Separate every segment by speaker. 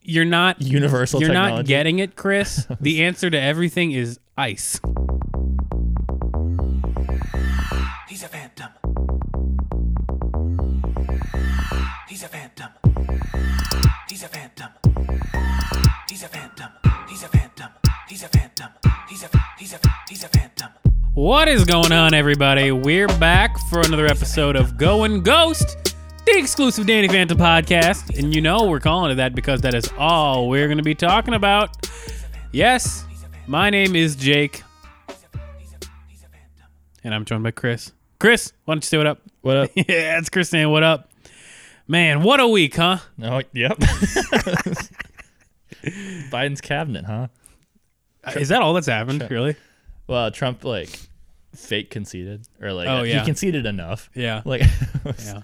Speaker 1: you're not
Speaker 2: Universal
Speaker 1: You're not
Speaker 2: technology.
Speaker 1: getting it, Chris. the answer to everything is ice.
Speaker 3: He's a phantom. He's a phantom. He's a phantom. He's a phantom. He's a phantom. He's a phantom. He's a he's a he's a phantom.
Speaker 1: What is going on, everybody? We're back for another episode of Going Ghost, the exclusive Danny Phantom podcast. And you know we're calling it that because that is all we're going to be talking about. Yes, my name is Jake,
Speaker 3: He's a phantom.
Speaker 1: and I'm joined by Chris. Chris, why don't you say what up?
Speaker 2: What up?
Speaker 1: yeah, it's Chris saying what up. Man, what a week, huh?
Speaker 2: Oh, yep. Biden's cabinet, huh?
Speaker 1: Is that all that's happened, really?
Speaker 2: Well, Trump like fake conceded or like
Speaker 1: Oh, yeah.
Speaker 2: he conceded enough.
Speaker 1: Yeah.
Speaker 2: Like
Speaker 1: Yeah.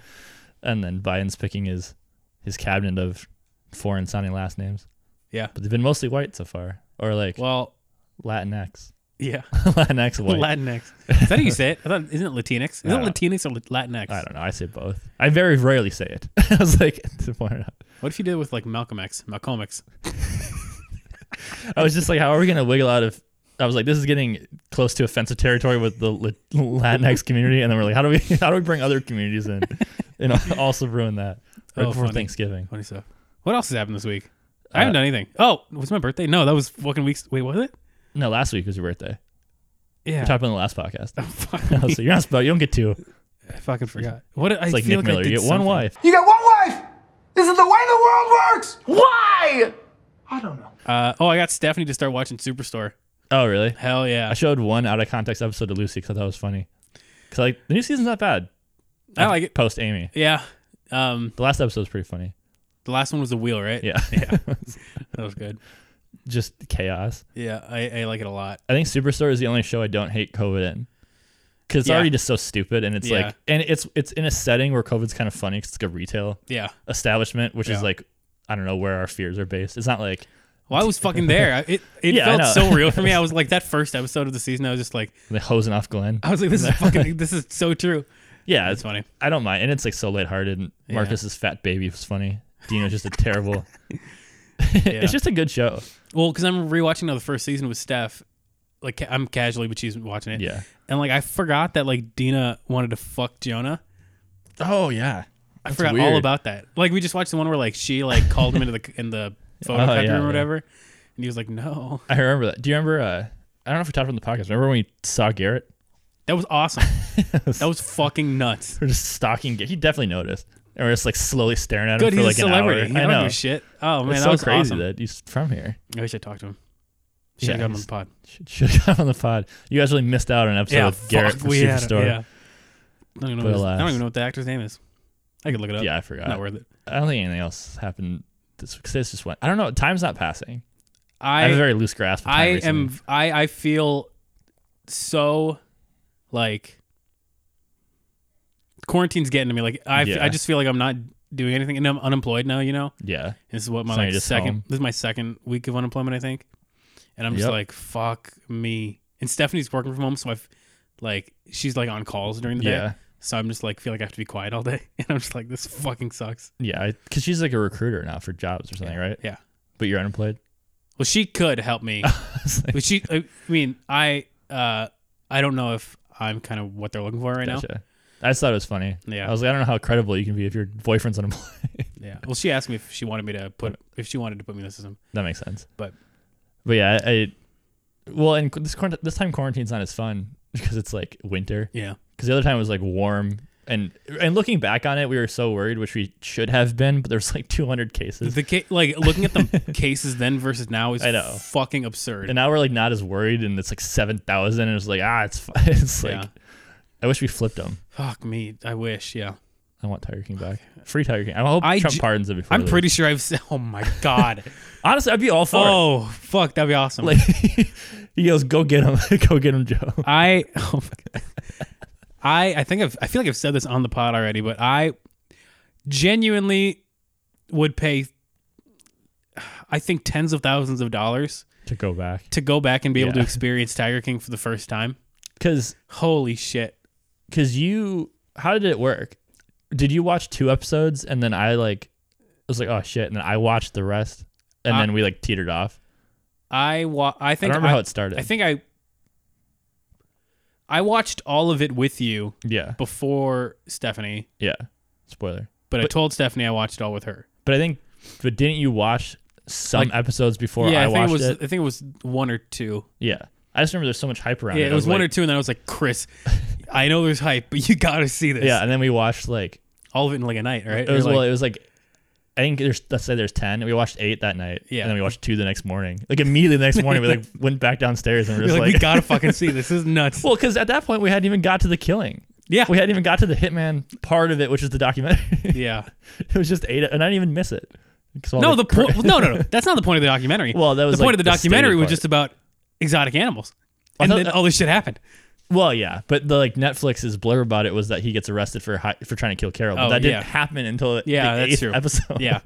Speaker 2: and then Biden's picking his his cabinet of foreign sounding last names.
Speaker 1: Yeah.
Speaker 2: But they've been mostly white so far or like
Speaker 1: Well,
Speaker 2: Latinx.
Speaker 1: yeah.
Speaker 2: Latinx white.
Speaker 1: Latinx. Is that how you say it? I thought, isn't it Latinx? Is it
Speaker 2: I don't know.
Speaker 1: Latinx or Latinx?
Speaker 2: I don't know. I say both. I very rarely say it. I was like, to point it out.
Speaker 1: What if you did it with like Malcolm X, Malcolm X?
Speaker 2: I was just like, how are we going to wiggle out of? I was like, this is getting close to offensive territory with the Lat- Latinx community, and then we're like, how do we how do we bring other communities in, and also ruin that right
Speaker 1: Oh,
Speaker 2: before
Speaker 1: funny.
Speaker 2: Thanksgiving?
Speaker 1: Funny stuff. What else has happened this week? I
Speaker 2: Uh,
Speaker 1: haven't done anything. Oh, was my birthday? No, that was fucking weeks. Wait, was it?
Speaker 2: No, last week was your birthday.
Speaker 1: Yeah.
Speaker 2: We talked about it in the last podcast.
Speaker 1: Fuck me.
Speaker 2: so you're not supposed. You don't get two.
Speaker 1: I fucking forgot. What I
Speaker 2: It's like
Speaker 1: feel
Speaker 2: Nick
Speaker 1: like I
Speaker 2: Miller.
Speaker 1: did
Speaker 2: You get one
Speaker 1: something.
Speaker 2: wife.
Speaker 3: You got one wife. This is the way the world works. Why? I don't know.
Speaker 1: Uh, oh, I got Stephanie to start watching Superstore.
Speaker 2: Oh, really?
Speaker 1: Hell yeah.
Speaker 2: I showed one out of context episode to Lucy because I thought it was funny. Because like the new season's not bad.
Speaker 1: I like it.
Speaker 2: Post Amy,
Speaker 1: Yeah. Um,
Speaker 2: the last episode was pretty funny.
Speaker 1: the last one was the wheel, right?
Speaker 2: Yeah,
Speaker 1: That was good.
Speaker 2: just chaos.
Speaker 1: Yeah, I, I like it a lot.
Speaker 2: I think Superstore is the only show I don't hate COVID in. Because it's
Speaker 1: Yeah.
Speaker 2: already just so stupid, and it's
Speaker 1: Yeah.
Speaker 2: like, and it's it's in a setting where COVID's kind of funny because it's like a retail
Speaker 1: Yeah.
Speaker 2: establishment, which
Speaker 1: Yeah.
Speaker 2: is like, I don't know where our fears are based. It's not like
Speaker 1: Well, I was fucking there. I- It it
Speaker 2: Yeah, I
Speaker 1: felt
Speaker 2: know.
Speaker 1: so real for me. I was like that first episode of the season. I was just like,
Speaker 2: the hosing off Glenn.
Speaker 1: I was like, this is fucking, this is so true.
Speaker 2: Yeah,
Speaker 1: That's
Speaker 2: it's
Speaker 1: funny.
Speaker 2: I don't mind, and it's like so lighthearted. And Marcus's fat baby was funny. Dino's just a terrible. it's just a good show.
Speaker 1: Well, because I'm rewatching now the first season with Steph. Like ca- I'm casually, but she's watching it.
Speaker 2: Yeah.
Speaker 1: And like I forgot that like Dina wanted to fuck Jonah.
Speaker 2: Oh yeah,
Speaker 1: I forgot all about that. Like we just watched the one where like she like called him into the in the photo
Speaker 2: Oh,
Speaker 1: copy
Speaker 2: yeah,
Speaker 1: room or
Speaker 2: yeah.
Speaker 1: whatever, and he was like, "No,
Speaker 2: I remember that. Do you remember? Uh, I don't know if we talked about it on the podcast. Remember when we saw Garrett?
Speaker 1: that was awesome. that was fucking nuts.
Speaker 2: We're just stalking. Garrett. He definitely noticed, and we're just like slowly staring at him
Speaker 1: Good,
Speaker 2: for
Speaker 1: he's
Speaker 2: like
Speaker 1: a celebrity.
Speaker 2: an
Speaker 1: He
Speaker 2: hour.
Speaker 1: don't
Speaker 2: I know.
Speaker 1: do shit. Oh man,
Speaker 2: it's
Speaker 1: that
Speaker 2: so
Speaker 1: was
Speaker 2: crazy
Speaker 1: awesome.
Speaker 2: that he's from here.
Speaker 1: I wish I talked to him. Should have
Speaker 2: Yeah,
Speaker 1: got him on
Speaker 2: he's-
Speaker 1: the pod.
Speaker 2: Should, should have got on the pod. You guys really missed out on an episode
Speaker 1: Yeah,
Speaker 2: of Garrett
Speaker 1: fuck,
Speaker 2: from
Speaker 1: we had
Speaker 2: Superstore.
Speaker 1: yeah. I don't, even know what
Speaker 2: But
Speaker 1: his- I don't
Speaker 2: alas.
Speaker 1: even know what the actor's name is. I could look it up.
Speaker 2: Yeah, I forgot.
Speaker 1: not worth it.
Speaker 2: I don't think anything else happened this week. 'cause This just went. I don't know. Time's not passing. I,
Speaker 1: I
Speaker 2: have a very loose grasp. Of time
Speaker 1: I
Speaker 2: recently.
Speaker 1: am I I feel so like quarantine's getting to me. Like I f-
Speaker 2: Yeah.
Speaker 1: I just feel like I'm not doing anything and I'm unemployed now, you know?
Speaker 2: Yeah.
Speaker 1: This is what my
Speaker 2: So you're
Speaker 1: like
Speaker 2: just
Speaker 1: second
Speaker 2: home.
Speaker 1: this is my second week of unemployment, I think. And I'm just
Speaker 2: Yep.
Speaker 1: like, fuck me. And Stephanie's working from home, so I've like she's like on calls during the day.
Speaker 2: Yeah.
Speaker 1: So I'm just like feel like I have to be quiet all day. And I'm just like, this fucking sucks.
Speaker 2: Yeah. Because she's like a recruiter now for jobs or something, right?
Speaker 1: Yeah.
Speaker 2: But you're unemployed.
Speaker 1: Well, she could help me.
Speaker 2: It's like,
Speaker 1: But she, I mean, I, uh, I don't know if I'm kind of what they're looking for right now.
Speaker 2: gotcha. I just thought it was funny.
Speaker 1: Yeah.
Speaker 2: I was like, I don't know how credible you can be if your boyfriend's unemployed.
Speaker 1: Yeah. Well, she asked me if she wanted me to put, if she wanted to put me in the system.
Speaker 2: that makes sense.
Speaker 1: But-
Speaker 2: But yeah, I. I well, and this quarant- this time quarantine's not as fun because it's like winter.
Speaker 1: Yeah.
Speaker 2: because the other time it was like warm and and looking back on it we were so worried which we should have been but there's like 200 cases
Speaker 1: The ca- like looking at the cases then versus now is
Speaker 2: I know.
Speaker 1: fucking absurd.
Speaker 2: and now we're like not as worried and it's like 7000 and it's like ah it's fine. it's like
Speaker 1: Yeah.
Speaker 2: i wish we flipped them
Speaker 1: Fuck me. I wish. Yeah.
Speaker 2: i want tiger king back free tiger king i hope
Speaker 1: I
Speaker 2: trump
Speaker 1: ju-
Speaker 2: pardons it before
Speaker 1: I'm
Speaker 2: they-
Speaker 1: pretty sure I've. se- Oh my god.
Speaker 2: honestly i'd be all for it
Speaker 1: oh fuck. That'd be awesome.
Speaker 2: like he goes go get him go get him joe
Speaker 1: I, oh my God. I, I think I've, I feel like I've said this on the pod already, but I genuinely would pay, I think tens of thousands of dollars
Speaker 2: to go back
Speaker 1: to go back and be able to
Speaker 2: Yeah.
Speaker 1: experience Tiger King for the first time.
Speaker 2: because
Speaker 1: Holy shit!
Speaker 2: because you how did it work did you watch two episodes and then i like was like oh shit and then i watched the rest and
Speaker 1: Uh,
Speaker 2: then we like teetered off.
Speaker 1: I wa- I
Speaker 2: I
Speaker 1: think
Speaker 2: don't remember how it started.
Speaker 1: I think I I watched all of it with you
Speaker 2: yeah,
Speaker 1: before Stephanie,
Speaker 2: yeah. Spoiler,
Speaker 1: but, I told Stephanie I watched it all with her.
Speaker 2: but I think, but didn't you watch some
Speaker 1: Like-
Speaker 2: episodes before
Speaker 1: yeah,
Speaker 2: I,
Speaker 1: I, think
Speaker 2: watched
Speaker 1: it
Speaker 2: it,
Speaker 1: was I think it was one or two.
Speaker 2: Yeah, I just remember there's so much hype around
Speaker 1: Yeah,
Speaker 2: it.
Speaker 1: it was one or
Speaker 2: like,
Speaker 1: two, and then I was like, Chris, I know there's hype, but you gotta see this.
Speaker 2: Yeah, and then we watched like
Speaker 1: all of it in like a night, right?
Speaker 2: it was
Speaker 1: You're
Speaker 2: well,
Speaker 1: like,
Speaker 2: it was like. I think there's let's say there's ten. We watched eight that night.
Speaker 1: Yeah.
Speaker 2: And then we watched two the next morning. Like immediately the next morning, we like went back downstairs and we
Speaker 1: you're
Speaker 2: were just
Speaker 1: like,
Speaker 2: like,
Speaker 1: we gotta fucking see this. This is nuts.
Speaker 2: well, because at that point we hadn't even got to the killing.
Speaker 1: yeah,
Speaker 2: We hadn't even got to the hitman part of it, which is the documentary.
Speaker 1: yeah.
Speaker 2: it was just eight, and I didn't even miss it. 'Cause all
Speaker 1: No,
Speaker 2: the
Speaker 1: the point. no, no, no. That's not the point of the documentary.
Speaker 2: Well, that was,
Speaker 1: the point
Speaker 2: like,
Speaker 1: of the
Speaker 2: the
Speaker 1: documentary
Speaker 2: stated
Speaker 1: was
Speaker 2: part.
Speaker 1: just about exotic animals,
Speaker 2: I
Speaker 1: and
Speaker 2: thought
Speaker 1: then
Speaker 2: that-
Speaker 1: all this shit happened.
Speaker 2: Well, yeah, but the like Netflix's blurb about it was that he gets arrested for hi- for trying to kill Carol, but
Speaker 1: Oh,
Speaker 2: that didn't
Speaker 1: yeah.
Speaker 2: happen until
Speaker 1: Yeah,
Speaker 2: the
Speaker 1: that's
Speaker 2: eighth
Speaker 1: true.
Speaker 2: episode.
Speaker 1: Yeah.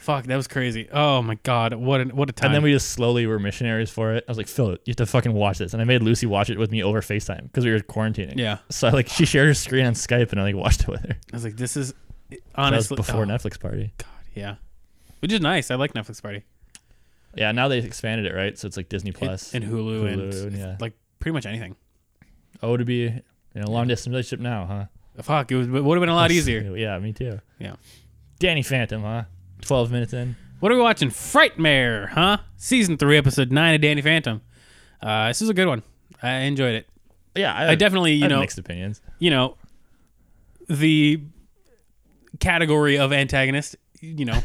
Speaker 1: Fuck, that was crazy. Oh my god, what a, what a time.
Speaker 2: and then we just slowly were missionaries for it. I was like, Phil, you have to fucking watch this, and I made Lucy watch it with me over Facetime because we were quarantining.
Speaker 1: Yeah.
Speaker 2: so like she shared her screen on Skype, and I like watched it with her.
Speaker 1: I was like, this is
Speaker 2: That was
Speaker 1: honestly
Speaker 2: before
Speaker 1: oh,
Speaker 2: Netflix party.
Speaker 1: Yeah, which is nice. I like Netflix Party
Speaker 2: Yeah, now they expanded it right, so it's like Disney Plus
Speaker 1: and Hulu,
Speaker 2: Hulu,
Speaker 1: and
Speaker 2: yeah.
Speaker 1: like pretty much anything.
Speaker 2: Oh, to be in a long distance relationship now, huh?
Speaker 1: Fuck, it, was, it would have been a lot easier.
Speaker 2: Yeah, me too.
Speaker 1: Yeah.
Speaker 2: Danny Phantom, huh? Twelve minutes in.
Speaker 1: What are we watching? Frightmare, huh? Season three, episode nine of Danny Phantom. Uh, this is a good one. I enjoyed it.
Speaker 2: Yeah,
Speaker 1: I definitely, you
Speaker 2: Uh, have
Speaker 1: know,
Speaker 2: mixed opinions.
Speaker 1: you know, the category of antagonist, you know,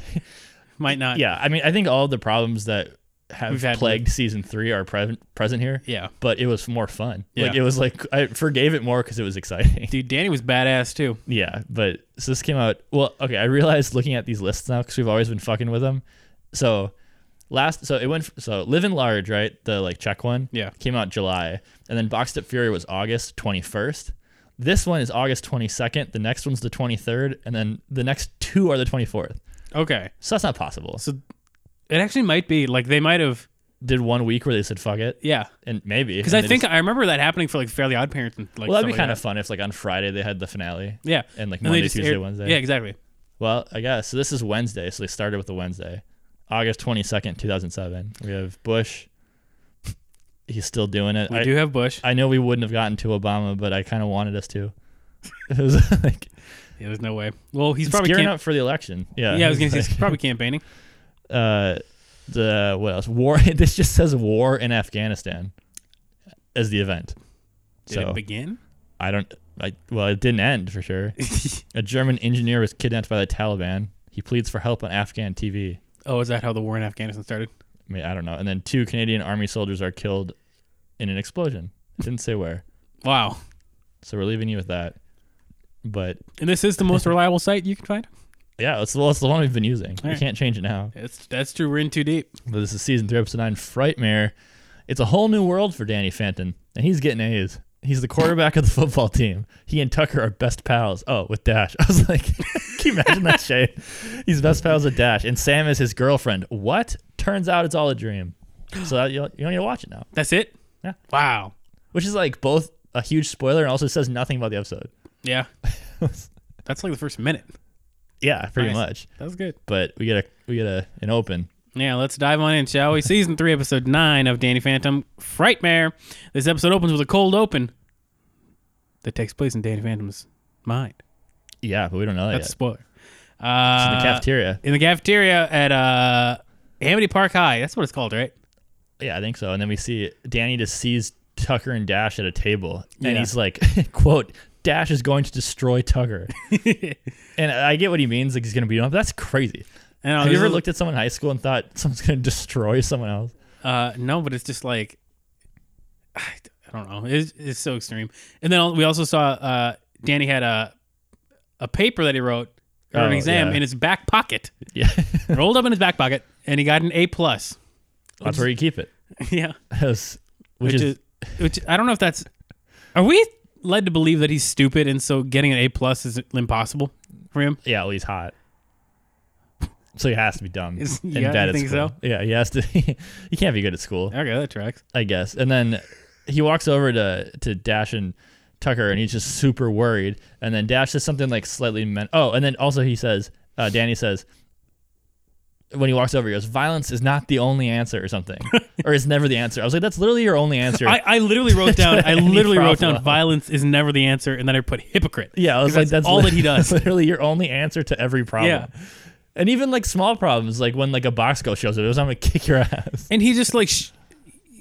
Speaker 1: might not.
Speaker 2: Yeah, I mean, I think all the problems that have
Speaker 1: We've had
Speaker 2: plagued season three are pre- present here.
Speaker 1: Yeah.
Speaker 2: but it was more fun. Like
Speaker 1: Yeah.
Speaker 2: it was like I forgave it more because it was exciting.
Speaker 1: Dude, Danny was badass too.
Speaker 2: Yeah, but so this came out. Well, okay, I realized looking at these lists now because we've always been fucking with them. So last, so it went. f- So Live and Large, right? The like Czech one.
Speaker 1: Yeah.
Speaker 2: Came out July, and then Boxed Up Fury was August twenty first. This one is August twenty second. The next one's the twenty third, and then the next two are the twenty fourth.
Speaker 1: Okay.
Speaker 2: So that's not possible.
Speaker 1: So it actually might be like they might have.
Speaker 2: Did one week where they said fuck it,
Speaker 1: Yeah.
Speaker 2: and maybe
Speaker 1: Because I think I remember that happening for like Fairly Odd Parents and like.
Speaker 2: well, that'd
Speaker 1: stuff
Speaker 2: be
Speaker 1: like
Speaker 2: kind
Speaker 1: that.
Speaker 2: of fun if like on Friday they had the finale.
Speaker 1: Yeah.
Speaker 2: and, like,
Speaker 1: they
Speaker 2: Monday,
Speaker 1: just
Speaker 2: Tuesday, Wednesday.
Speaker 1: Yeah, exactly.
Speaker 2: Well, I guess so. This is Wednesday, so they started with the Wednesday, August twenty second, two thousand seven. We have Bush. He's still doing it.
Speaker 1: We
Speaker 2: I,
Speaker 1: do have Bush.
Speaker 2: I know we wouldn't have gotten to Obama, but I kind of wanted us to. It was like
Speaker 1: yeah, there's no way. Well, he's
Speaker 2: he's
Speaker 1: probably.
Speaker 2: probably gearing
Speaker 1: camp-
Speaker 2: up for the election. Yeah,
Speaker 1: yeah, I was gonna say
Speaker 2: It's
Speaker 1: he's probably campaigning.
Speaker 2: like, uh, the what else? War. this just says war in Afghanistan as the event.
Speaker 1: Did
Speaker 2: so
Speaker 1: it begin?
Speaker 2: I don't. I well, it didn't end for sure. A German engineer was kidnapped by the Taliban. He pleads for help on Afghan TV.
Speaker 1: oh, is that how the war in Afghanistan started?
Speaker 2: I mean, I don't know. And then two Canadian Army soldiers are killed in an explosion. It didn't say where.
Speaker 1: Wow.
Speaker 2: So we're leaving you with that. But
Speaker 1: And this is the most reliable site you can find.
Speaker 2: yeah, it's, well, it's the one we've been using.
Speaker 1: All
Speaker 2: We
Speaker 1: right.
Speaker 2: can't change it now.
Speaker 1: That's that's true. We're in too deep.
Speaker 2: But this is season three, episode nine, Frightmare. It's a whole new world for Danny Fenton, and he's getting A's. He's the quarterback of the football team. He and Tucker are best pals. Oh, with Dash. I was like, can you imagine that shit? He's best pals with Dash, and Sam is his girlfriend. What? Turns out it's all a dream. So that, you, you don't need to watch it now,
Speaker 1: That's it.
Speaker 2: Yeah.
Speaker 1: Wow.
Speaker 2: which is like both a huge spoiler and also says nothing about the episode.
Speaker 1: Yeah. That's like the first minute.
Speaker 2: Yeah, pretty
Speaker 1: Nice.
Speaker 2: much.
Speaker 1: That was good.
Speaker 2: But we get a we get a an open.
Speaker 1: Yeah, let's dive on in, shall we? Season three, episode nine of Danny Phantom Frightmare. This episode opens with a cold open that takes place in Danny Phantom's mind.
Speaker 2: Yeah, but we don't know that
Speaker 1: That's a
Speaker 2: yet.
Speaker 1: spoiler.
Speaker 2: It's
Speaker 1: Uh,
Speaker 2: in the cafeteria.
Speaker 1: in the cafeteria at uh, Amity Park High. That's what it's called, right?
Speaker 2: Yeah, I think so. And then we see Danny just sees Tucker and Dash at a table,
Speaker 1: Yeah.
Speaker 2: and he's like, "quote Dash is going to destroy Tucker," and I get what he means. Like he's going to beat him up. That's crazy.
Speaker 1: And
Speaker 2: Have you ever looked at someone in high school and thought someone's going to destroy someone else?
Speaker 1: Uh, no, but it's just like I, I don't know. It's, it's so extreme. And then we also saw uh, Danny had a a paper that he wrote or an
Speaker 2: Oh,
Speaker 1: exam
Speaker 2: yeah.
Speaker 1: in his back pocket,
Speaker 2: Yeah,
Speaker 1: rolled up in his back pocket, and he got an A plus.
Speaker 2: that's where you keep it.
Speaker 1: yeah,
Speaker 2: That's-
Speaker 1: which,
Speaker 2: which, is,
Speaker 1: is, which I don't know if that's. Are we led to believe that he's stupid and so getting an A plus is impossible for him?
Speaker 2: yeah, well, he's hot. So he has to be dumb.
Speaker 1: Is-
Speaker 2: and
Speaker 1: yeah,
Speaker 2: bad
Speaker 1: you
Speaker 2: at
Speaker 1: think
Speaker 2: school.
Speaker 1: so?
Speaker 2: Yeah, he has to. he can't be good at school.
Speaker 1: Okay, that tracks.
Speaker 2: I guess. And then he walks over to to Dash and Tucker, and he's just super worried. And then Dash says something like slightly men. Oh, and then also he says, uh, Danny says, when he walks over, he goes, "Violence is not the only answer," or something, or it's never the answer. I was like, "That's literally your only answer."
Speaker 1: I, I literally wrote down. I
Speaker 2: Any
Speaker 1: literally wrote down.
Speaker 2: problem.
Speaker 1: Violence is never the answer, and then I put hypocrite.
Speaker 2: yeah, I was
Speaker 1: 'Cause
Speaker 2: like,
Speaker 1: that's
Speaker 2: "That's
Speaker 1: all
Speaker 2: lit-
Speaker 1: that he does.
Speaker 2: Literally your only answer to every problem."
Speaker 1: Yeah.
Speaker 2: And even like small problems, like when like a box girl shows up, it was I'm gonna kick your ass.
Speaker 1: And he just like sh-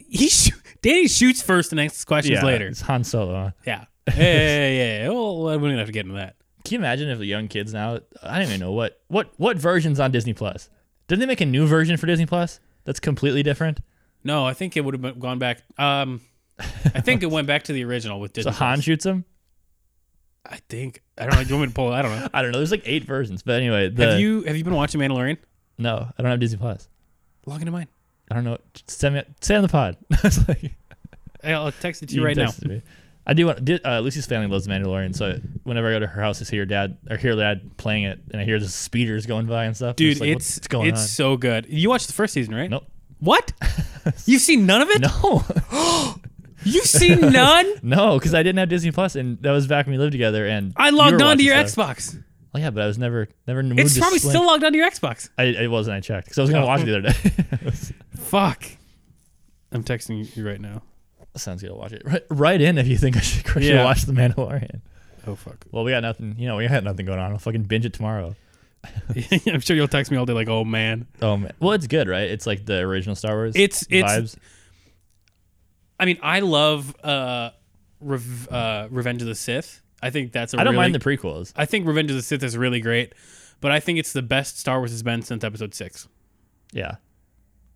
Speaker 1: he sh- Danny shoots first and asks questions later.
Speaker 2: it's Han Solo. huh?
Speaker 1: Yeah. Yeah, yeah, yeah, yeah. Well, I wouldn't have to get into that.
Speaker 2: Can you imagine if the young kids now? I don't even know what what what versions on Disney Plus. Didn't they make a new version for Disney Plus that's completely different?
Speaker 1: No, I think it would have been- gone back. Um, I think it went back to the original with
Speaker 2: So
Speaker 1: Disney.
Speaker 2: Han shoots him.
Speaker 1: I think I don't know. Do you want me to pull? it? I don't know.
Speaker 2: I don't know. There's like eight versions, but anyway, the,
Speaker 1: Have you have you been watching Mandalorian?
Speaker 2: No, I don't have Disney Plus.
Speaker 1: Log into mine.
Speaker 2: I don't know. Just Send me say it on the pod. I was like,
Speaker 1: I'll text it to you,
Speaker 2: you
Speaker 1: right now.
Speaker 2: texted me. I do want. Did, uh, Lucy's family loves The Mandalorian, so whenever I go to her house, I see her dad or hear dad playing it, and I hear the speeders going by and stuff. I'm
Speaker 1: Dude,
Speaker 2: just like, what-
Speaker 1: it's
Speaker 2: what's going
Speaker 1: it's so good. You watched the first season, right?
Speaker 2: on? Nope.
Speaker 1: What? You've seen none of it?
Speaker 2: No,
Speaker 1: You've seen none?
Speaker 2: no, because I didn't have Disney Plus, and that was back when we lived together. And
Speaker 1: I
Speaker 2: you
Speaker 1: logged
Speaker 2: were
Speaker 1: on to
Speaker 2: watching
Speaker 1: your
Speaker 2: stuff.
Speaker 1: Xbox.
Speaker 2: Oh, yeah, but I was never never. in the mood
Speaker 1: It's
Speaker 2: to
Speaker 1: probably
Speaker 2: sling-
Speaker 1: still logged on to your Xbox.
Speaker 2: I, it wasn't. I checked because I was gonna
Speaker 1: Oh.
Speaker 2: watch it the other day.
Speaker 1: Fuck. I'm texting you right now.
Speaker 2: Sounds good. I'll watch it. Right, right in if you think I should, I should
Speaker 1: Yeah.
Speaker 2: watch The Mandalorian.
Speaker 1: Oh fuck.
Speaker 2: Well, we got nothing. You know, we got nothing going on. I'll fucking binge it tomorrow.
Speaker 1: I'm sure you'll text me all day like, "Oh man."
Speaker 2: Oh man. Well, it's good, right? It's like the original Star Wars.
Speaker 1: It's- it's-
Speaker 2: vibes.
Speaker 1: I mean, I love uh, Rev- uh Revenge of the Sith. I think that's a
Speaker 2: I don't
Speaker 1: really
Speaker 2: mind the prequels.
Speaker 1: I think Revenge of the Sith is really great, but I think it's the best Star Wars has been since episode 6.
Speaker 2: Yeah,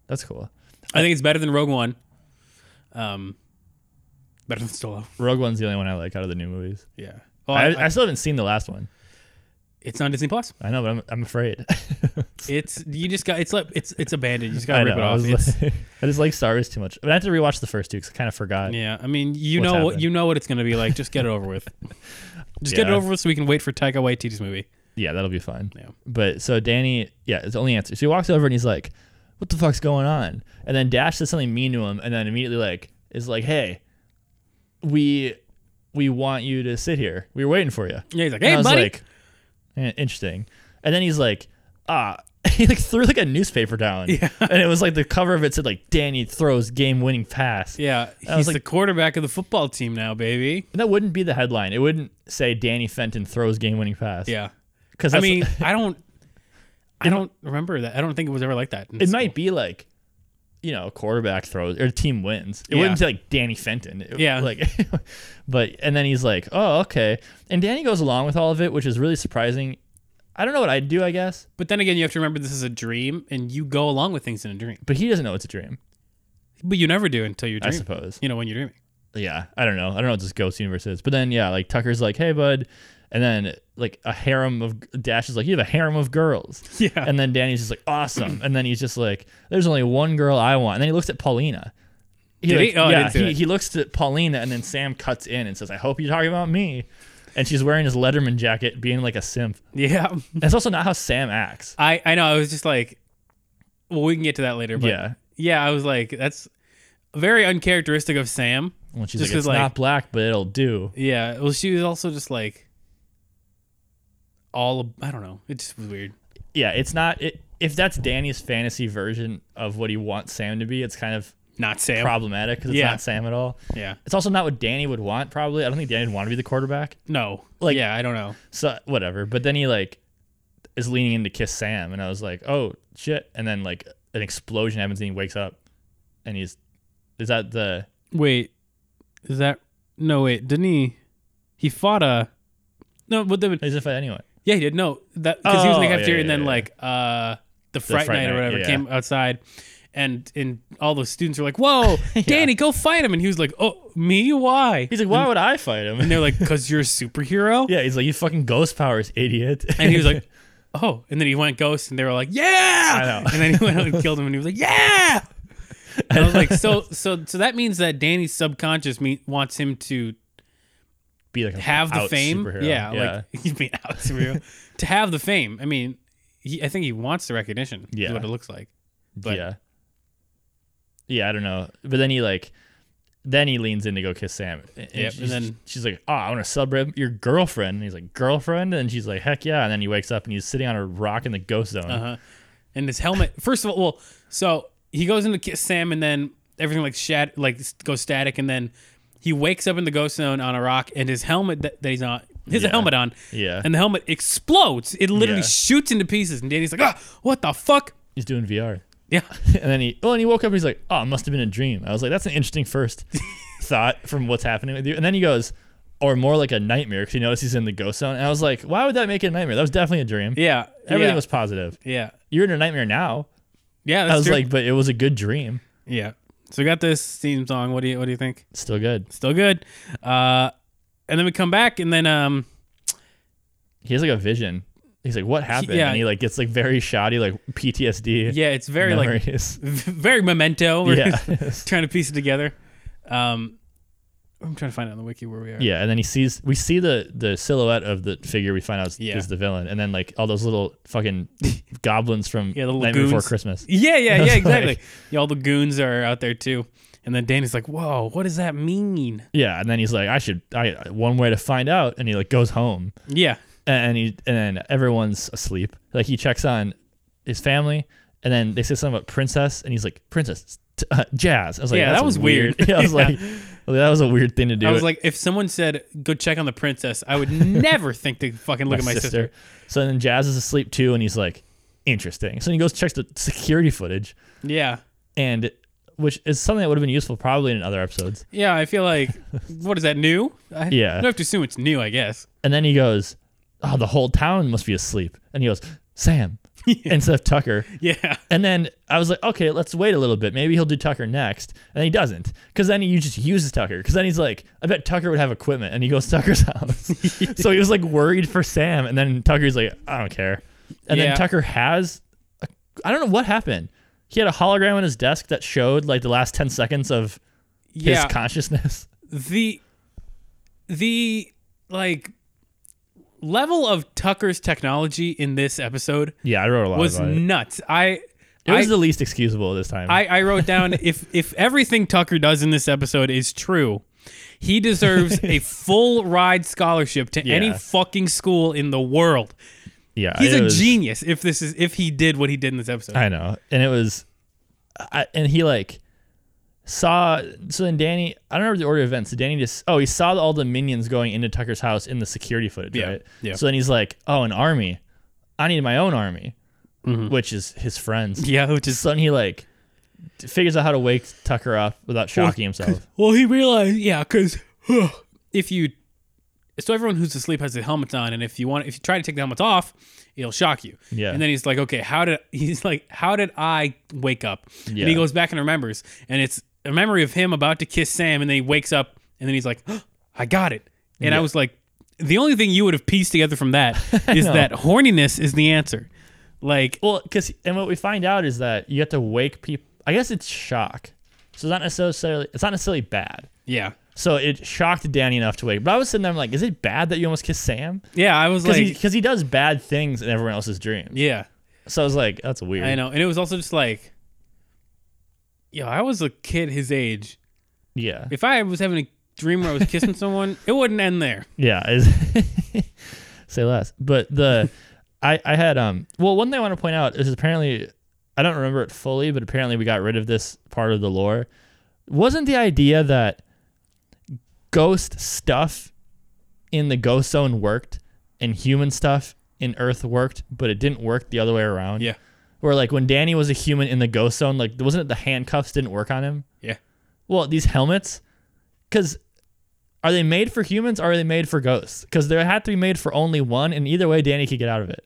Speaker 2: that's cool.
Speaker 1: I think it's better than Rogue One. Um better than Solo.
Speaker 2: Rogue One's the only one I like out of the new movies.
Speaker 1: Yeah. Well,
Speaker 2: I,
Speaker 1: I,
Speaker 2: I, still haven't seen the last one.
Speaker 1: it's on Disney Plus.
Speaker 2: I know, but I'm, I'm afraid.
Speaker 1: It's you just got it's like it's it's abandoned. You just got
Speaker 2: I
Speaker 1: to rip
Speaker 2: know.
Speaker 1: it
Speaker 2: I,
Speaker 1: off.
Speaker 2: was
Speaker 1: It's-
Speaker 2: like- I just like Star Wars too much. But I have to rewatch the first two because I kind of forgot.
Speaker 1: Yeah, I mean, you know
Speaker 2: What's
Speaker 1: what
Speaker 2: happening?
Speaker 1: you know what it's going to be like. Just get it over with. Just get it
Speaker 2: Yeah.
Speaker 1: over with, so we can wait for Taika Waititi's movie.
Speaker 2: Yeah, that'll be fun.
Speaker 1: Yeah.
Speaker 2: But so Danny, yeah, it's the only answer. So he walks over and he's like, "What the fuck's going on?" And then Dash says something mean to him, and then immediately like is like, "Hey, we we want you to sit here. We were waiting for you."
Speaker 1: Yeah, he's like,
Speaker 2: And
Speaker 1: "Hey,
Speaker 2: I was
Speaker 1: buddy."
Speaker 2: like, "Eh, interesting. And then he's like, ah. He like threw like a newspaper down,
Speaker 1: Yeah.
Speaker 2: and it was like the cover of it said like Danny throws game winning pass.
Speaker 1: yeah,
Speaker 2: I was
Speaker 1: he's the
Speaker 2: like-
Speaker 1: quarterback of the football team now, baby.
Speaker 2: And that wouldn't be the headline. It wouldn't say Danny Fenton throws game winning pass.
Speaker 1: Yeah,
Speaker 2: because
Speaker 1: I mean, I don't, I don't remember that. I don't think it was ever like that.
Speaker 2: it might be like you know quarterback throws or team wins it
Speaker 1: Yeah.
Speaker 2: wouldn't say like danny fenton It-
Speaker 1: Yeah.
Speaker 2: like but and then he's like oh okay and danny goes along with all of it which is really surprising i don't know what i'd do i guess
Speaker 1: But then again, you have to remember this is a dream, and you go along with things in a dream.
Speaker 2: but he doesn't know it's a dream
Speaker 1: But you never do until you
Speaker 2: i
Speaker 1: dream.
Speaker 2: suppose
Speaker 1: You know when you're dreaming.
Speaker 2: yeah i don't know i don't know what this ghost universe is but then yeah like tucker's like hey bud and then like a harem of dash is like you have a harem of girls
Speaker 1: Yeah.
Speaker 2: and then danny's just like awesome and then he's just like there's only one girl i want and then he looks at paulina he
Speaker 1: Did he?
Speaker 2: like-
Speaker 1: Oh, I
Speaker 2: yeah
Speaker 1: didn't see
Speaker 2: he,
Speaker 1: that.
Speaker 2: he looks at paulina and then sam cuts in and says i hope you're talking about me and she's wearing his letterman jacket being like a simp
Speaker 1: Yeah,
Speaker 2: that's also not how sam acts
Speaker 1: I I know. I was just like, well, we can get to that later. But
Speaker 2: yeah
Speaker 1: yeah, I was like, that's very uncharacteristic of Sam.
Speaker 2: when she's
Speaker 1: Just
Speaker 2: like
Speaker 1: 'cause,
Speaker 2: it's
Speaker 1: like-
Speaker 2: not black but it'll do
Speaker 1: Yeah. Well, she was also just like all I don't know. It just was weird.
Speaker 2: yeah it's not it, if that's danny's fantasy version of what he wants sam to be it's kind of
Speaker 1: Not Sam.
Speaker 2: problematic because it's
Speaker 1: Yeah.
Speaker 2: not Sam at all.
Speaker 1: yeah.
Speaker 2: It's also not what Danny would want, probably. I don't think Danny would want to be the quarterback.
Speaker 1: No. Like
Speaker 2: Like-
Speaker 1: yeah, I don't know.
Speaker 2: So whatever. But then he like is leaning in to kiss Sam, and I was like, oh shit. And then like an explosion happens, and he wakes up, and he's is that the
Speaker 1: Wait, is that no? Wait, didn't he? He fought a no, but then
Speaker 2: he's if anyway.
Speaker 1: yeah, he did. No, that because he was in the
Speaker 2: Oh, yeah,
Speaker 1: cafeteria, and
Speaker 2: yeah,
Speaker 1: then
Speaker 2: yeah.
Speaker 1: like uh the fright,
Speaker 2: Fright
Speaker 1: night, or
Speaker 2: Night,
Speaker 1: whatever
Speaker 2: yeah.
Speaker 1: came outside. And, and all those students were like, "Whoa, Danny, go fight him!" And he was like, "Oh, me? Why?"
Speaker 2: He's like, why would I fight him?
Speaker 1: And they're like, "Cause you're a superhero."
Speaker 2: yeah, he's like, you fucking ghost powers, idiot.
Speaker 1: And he was like, "Oh!" And then he went ghost, and they were like, "Yeah!"
Speaker 2: I know.
Speaker 1: And then he went out and killed him, and he was like, "Yeah!" And I was like, "So, so, so that means that Danny's subconscious me- wants him to
Speaker 2: be like a
Speaker 1: have the
Speaker 2: out
Speaker 1: fame,
Speaker 2: superhero.
Speaker 1: yeah, like he's being out superhero to have the fame. I mean, he, I think he wants the recognition. is
Speaker 2: Yeah.
Speaker 1: what it looks like. But
Speaker 2: yeah. Yeah, I don't know. But then he like then he leans in to go kiss Sam. And,
Speaker 1: Yep, and
Speaker 2: she's,
Speaker 1: then-
Speaker 2: she's like, Oh, I want to celebrate your girlfriend. And he's like, Girlfriend? And she's like, Heck yeah. And then he wakes up and he's sitting on a rock in the ghost zone.
Speaker 1: uh-huh. and his helmet. First of all, well, so he goes in to kiss Sam, and then everything like shat like s- goes static, and then he wakes up in the ghost zone on a rock, and his helmet that, that he's on. His
Speaker 2: Yeah.
Speaker 1: helmet on,
Speaker 2: Yeah.
Speaker 1: and the helmet explodes. It literally
Speaker 2: Yeah.
Speaker 1: shoots into pieces, and Danny's like, "Ah, what the fuck?"
Speaker 2: He's doing VR.
Speaker 1: Yeah,
Speaker 2: And then he, oh, and he woke up and he's like, oh, it must have been a dream. I was like, that's an interesting first thought from what's happening with you. And then he goes, or more like a nightmare because he noticed he's in the ghost zone. And I was like, why would that make it a nightmare? That was definitely a dream.
Speaker 1: yeah,
Speaker 2: Everything
Speaker 1: yeah,
Speaker 2: was positive.
Speaker 1: yeah,
Speaker 2: You're in a nightmare now.
Speaker 1: yeah. That's
Speaker 2: I was
Speaker 1: true.
Speaker 2: like, but it was a good dream.
Speaker 1: yeah. So we got this theme song. What do you what do you think?
Speaker 2: Still good.
Speaker 1: Still good. Uh, and then we come back, and then um,
Speaker 2: He has like a vision. He's like, what happened?
Speaker 1: yeah.
Speaker 2: And he like gets like very shoddy, like PTSD.
Speaker 1: yeah, it's very like
Speaker 2: memories.
Speaker 1: very memento. We're
Speaker 2: yeah.
Speaker 1: trying to piece it together. Um, I'm trying to find out on the wiki where we are.
Speaker 2: Yeah, and then he sees we see the the silhouette of the figure we find out is,
Speaker 1: Yeah.
Speaker 2: is the villain, and then like all those little fucking goblins from
Speaker 1: Yeah, the little
Speaker 2: Nightmare Before
Speaker 1: goons.
Speaker 2: Christmas.
Speaker 1: yeah, yeah,
Speaker 2: was
Speaker 1: yeah,
Speaker 2: like-
Speaker 1: exactly. yeah, all the goons are out there too. And then Danny's like, "Whoa, what does that mean?"
Speaker 2: Yeah, and then he's like, I should I one way to find out, and he like goes home,
Speaker 1: Yeah,
Speaker 2: and he and then everyone's asleep. Like he checks on his family, and then they say something about princess, and he's like princess. t- Uh, jazz. I was like,
Speaker 1: Yeah, that
Speaker 2: "That's
Speaker 1: was
Speaker 2: weird.
Speaker 1: weird.
Speaker 2: Yeah, I was
Speaker 1: Yeah.
Speaker 2: like, well, that was a weird thing to do.
Speaker 1: I was like, if someone said, "Go check on the princess," I would never think to fucking look at my sister.
Speaker 2: So then Jazz is asleep too, and he's like, interesting. So he goes checks the security footage,
Speaker 1: Yeah,
Speaker 2: and which is something that would have been useful probably in other episodes.
Speaker 1: yeah. I feel like, what is that new? I,
Speaker 2: Yeah.
Speaker 1: I have to assume it's new, I guess.
Speaker 2: And then he goes, "Oh, the whole town must be asleep." And he goes, "Sam," instead of Tucker.
Speaker 1: Yeah,
Speaker 2: And then I was like, "Okay, let's wait a little bit. Maybe he'll do Tucker next." And then he doesn't, because then he just uses Tucker. Because then he's like, "I bet Tucker would have equipment," and he goes to Tucker's house. so he was like worried for Sam, and then Tucker's like, "I don't care." And
Speaker 1: Yeah.
Speaker 2: then Tucker has, a, I don't know what happened. He had a hologram on his desk that showed like the last ten seconds of his
Speaker 1: yeah.
Speaker 2: consciousness.
Speaker 1: the the like level of Tucker's technology in this episode
Speaker 2: Yeah, I wrote a lot
Speaker 1: was
Speaker 2: about it.
Speaker 1: nuts. I
Speaker 2: It was
Speaker 1: I,
Speaker 2: the least excusable this time.
Speaker 1: I I wrote down if if everything Tucker does in this episode is true, he deserves a full ride scholarship to any
Speaker 2: Yeah.
Speaker 1: fucking school in the world.
Speaker 2: yeah,
Speaker 1: He's
Speaker 2: it
Speaker 1: a
Speaker 2: was-
Speaker 1: genius if this is if he did what he did in this episode.
Speaker 2: I know, and it was, I, and he like saw. So then Danny, I don't remember the order of events. So Danny just, oh, he saw all the minions going into Tucker's house in the security footage,
Speaker 1: Yeah,
Speaker 2: right?
Speaker 1: yeah.
Speaker 2: So then he's like, oh, an army. I need my own army, which is his friends.
Speaker 1: Mm-hmm. yeah, which is
Speaker 2: So then he like t- figures out how to wake Tucker up without shocking himself.
Speaker 1: Well, he realized, yeah, because if you, so everyone who's asleep has the helmets on, and if you want, if you try to take the helmets off, it'll shock you.
Speaker 2: Yeah.
Speaker 1: And then he's like, okay, how did he's like, how did I wake up? And
Speaker 2: Yeah.
Speaker 1: he goes back and remembers, and it's a memory of him about to kiss Sam, and then he wakes up, and then he's like, I got it, and I was like, the only thing you would have pieced together from that is
Speaker 2: know.
Speaker 1: that horniness is the answer. Like,
Speaker 2: Well, because and what we find out is that you have to wake people. I guess it's shock. So it's not necessarily it's not necessarily bad.
Speaker 1: yeah,
Speaker 2: So it shocked Danny enough to wake. But I was sitting there, I'm like, is it bad that you almost kissed Sam?
Speaker 1: yeah, I was
Speaker 2: Because
Speaker 1: like,
Speaker 2: he, does bad things in everyone else's dreams.
Speaker 1: yeah.
Speaker 2: So I was like, that's weird.
Speaker 1: I know. And it was also just like, yo, I was a kid his age.
Speaker 2: Yeah.
Speaker 1: If I was having a dream where I was kissing someone, it wouldn't end there.
Speaker 2: Yeah. it's- Say less. But the, I, I had, um, well, one thing I want to point out is apparently, I don't remember it fully, but apparently we got rid of this part of the lore. Wasn't the idea that ghost stuff in the ghost zone worked and human stuff in Earth worked, but it didn't work the other way around?
Speaker 1: Yeah.
Speaker 2: Where like when Danny was a human in the ghost zone, like wasn't it the handcuffs didn't work on him?
Speaker 1: Yeah.
Speaker 2: Well, these helmets, because are they made for humans or are they made for ghosts? Because they had to be made for only one, and either way, Danny could get out of it.